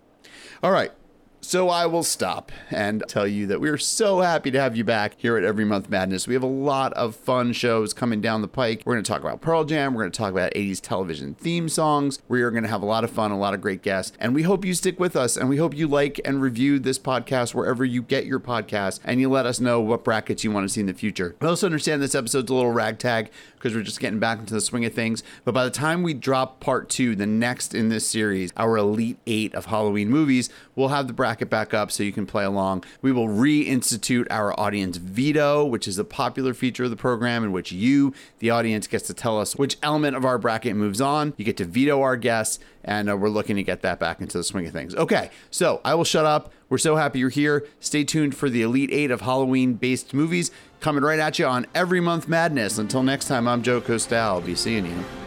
Speaker 6: All right. So I will stop and tell you that we are so happy to have you back here at Every Month Madness. We have a lot of fun shows coming down the pike. We're going to talk about Pearl Jam. We're going to talk about 80s television theme songs. We are going to have a lot of fun, a lot of great guests. And we hope you stick with us and we hope you like and review this podcast wherever you get your podcast and you let us know what brackets you want to see in the future. I also understand this episode's a little ragtag because we're just getting back into the swing of things. But by the time we drop part two, the next in this series, our Elite Eight of Halloween movies, we'll have the bracket bracket back up so you can play along. We will reinstitute our audience veto, which is a popular feature of the program in which you, the audience, gets to tell us which element of our bracket moves on. You get to veto our guests, and uh, we're looking to get that back into the swing of things. Okay, so I will shut up. We're so happy you're here. Stay tuned for the Elite Eight of Halloween based movies coming right at you on Every Month Madness. Until next time, I'm Joe Costal. Be seeing you.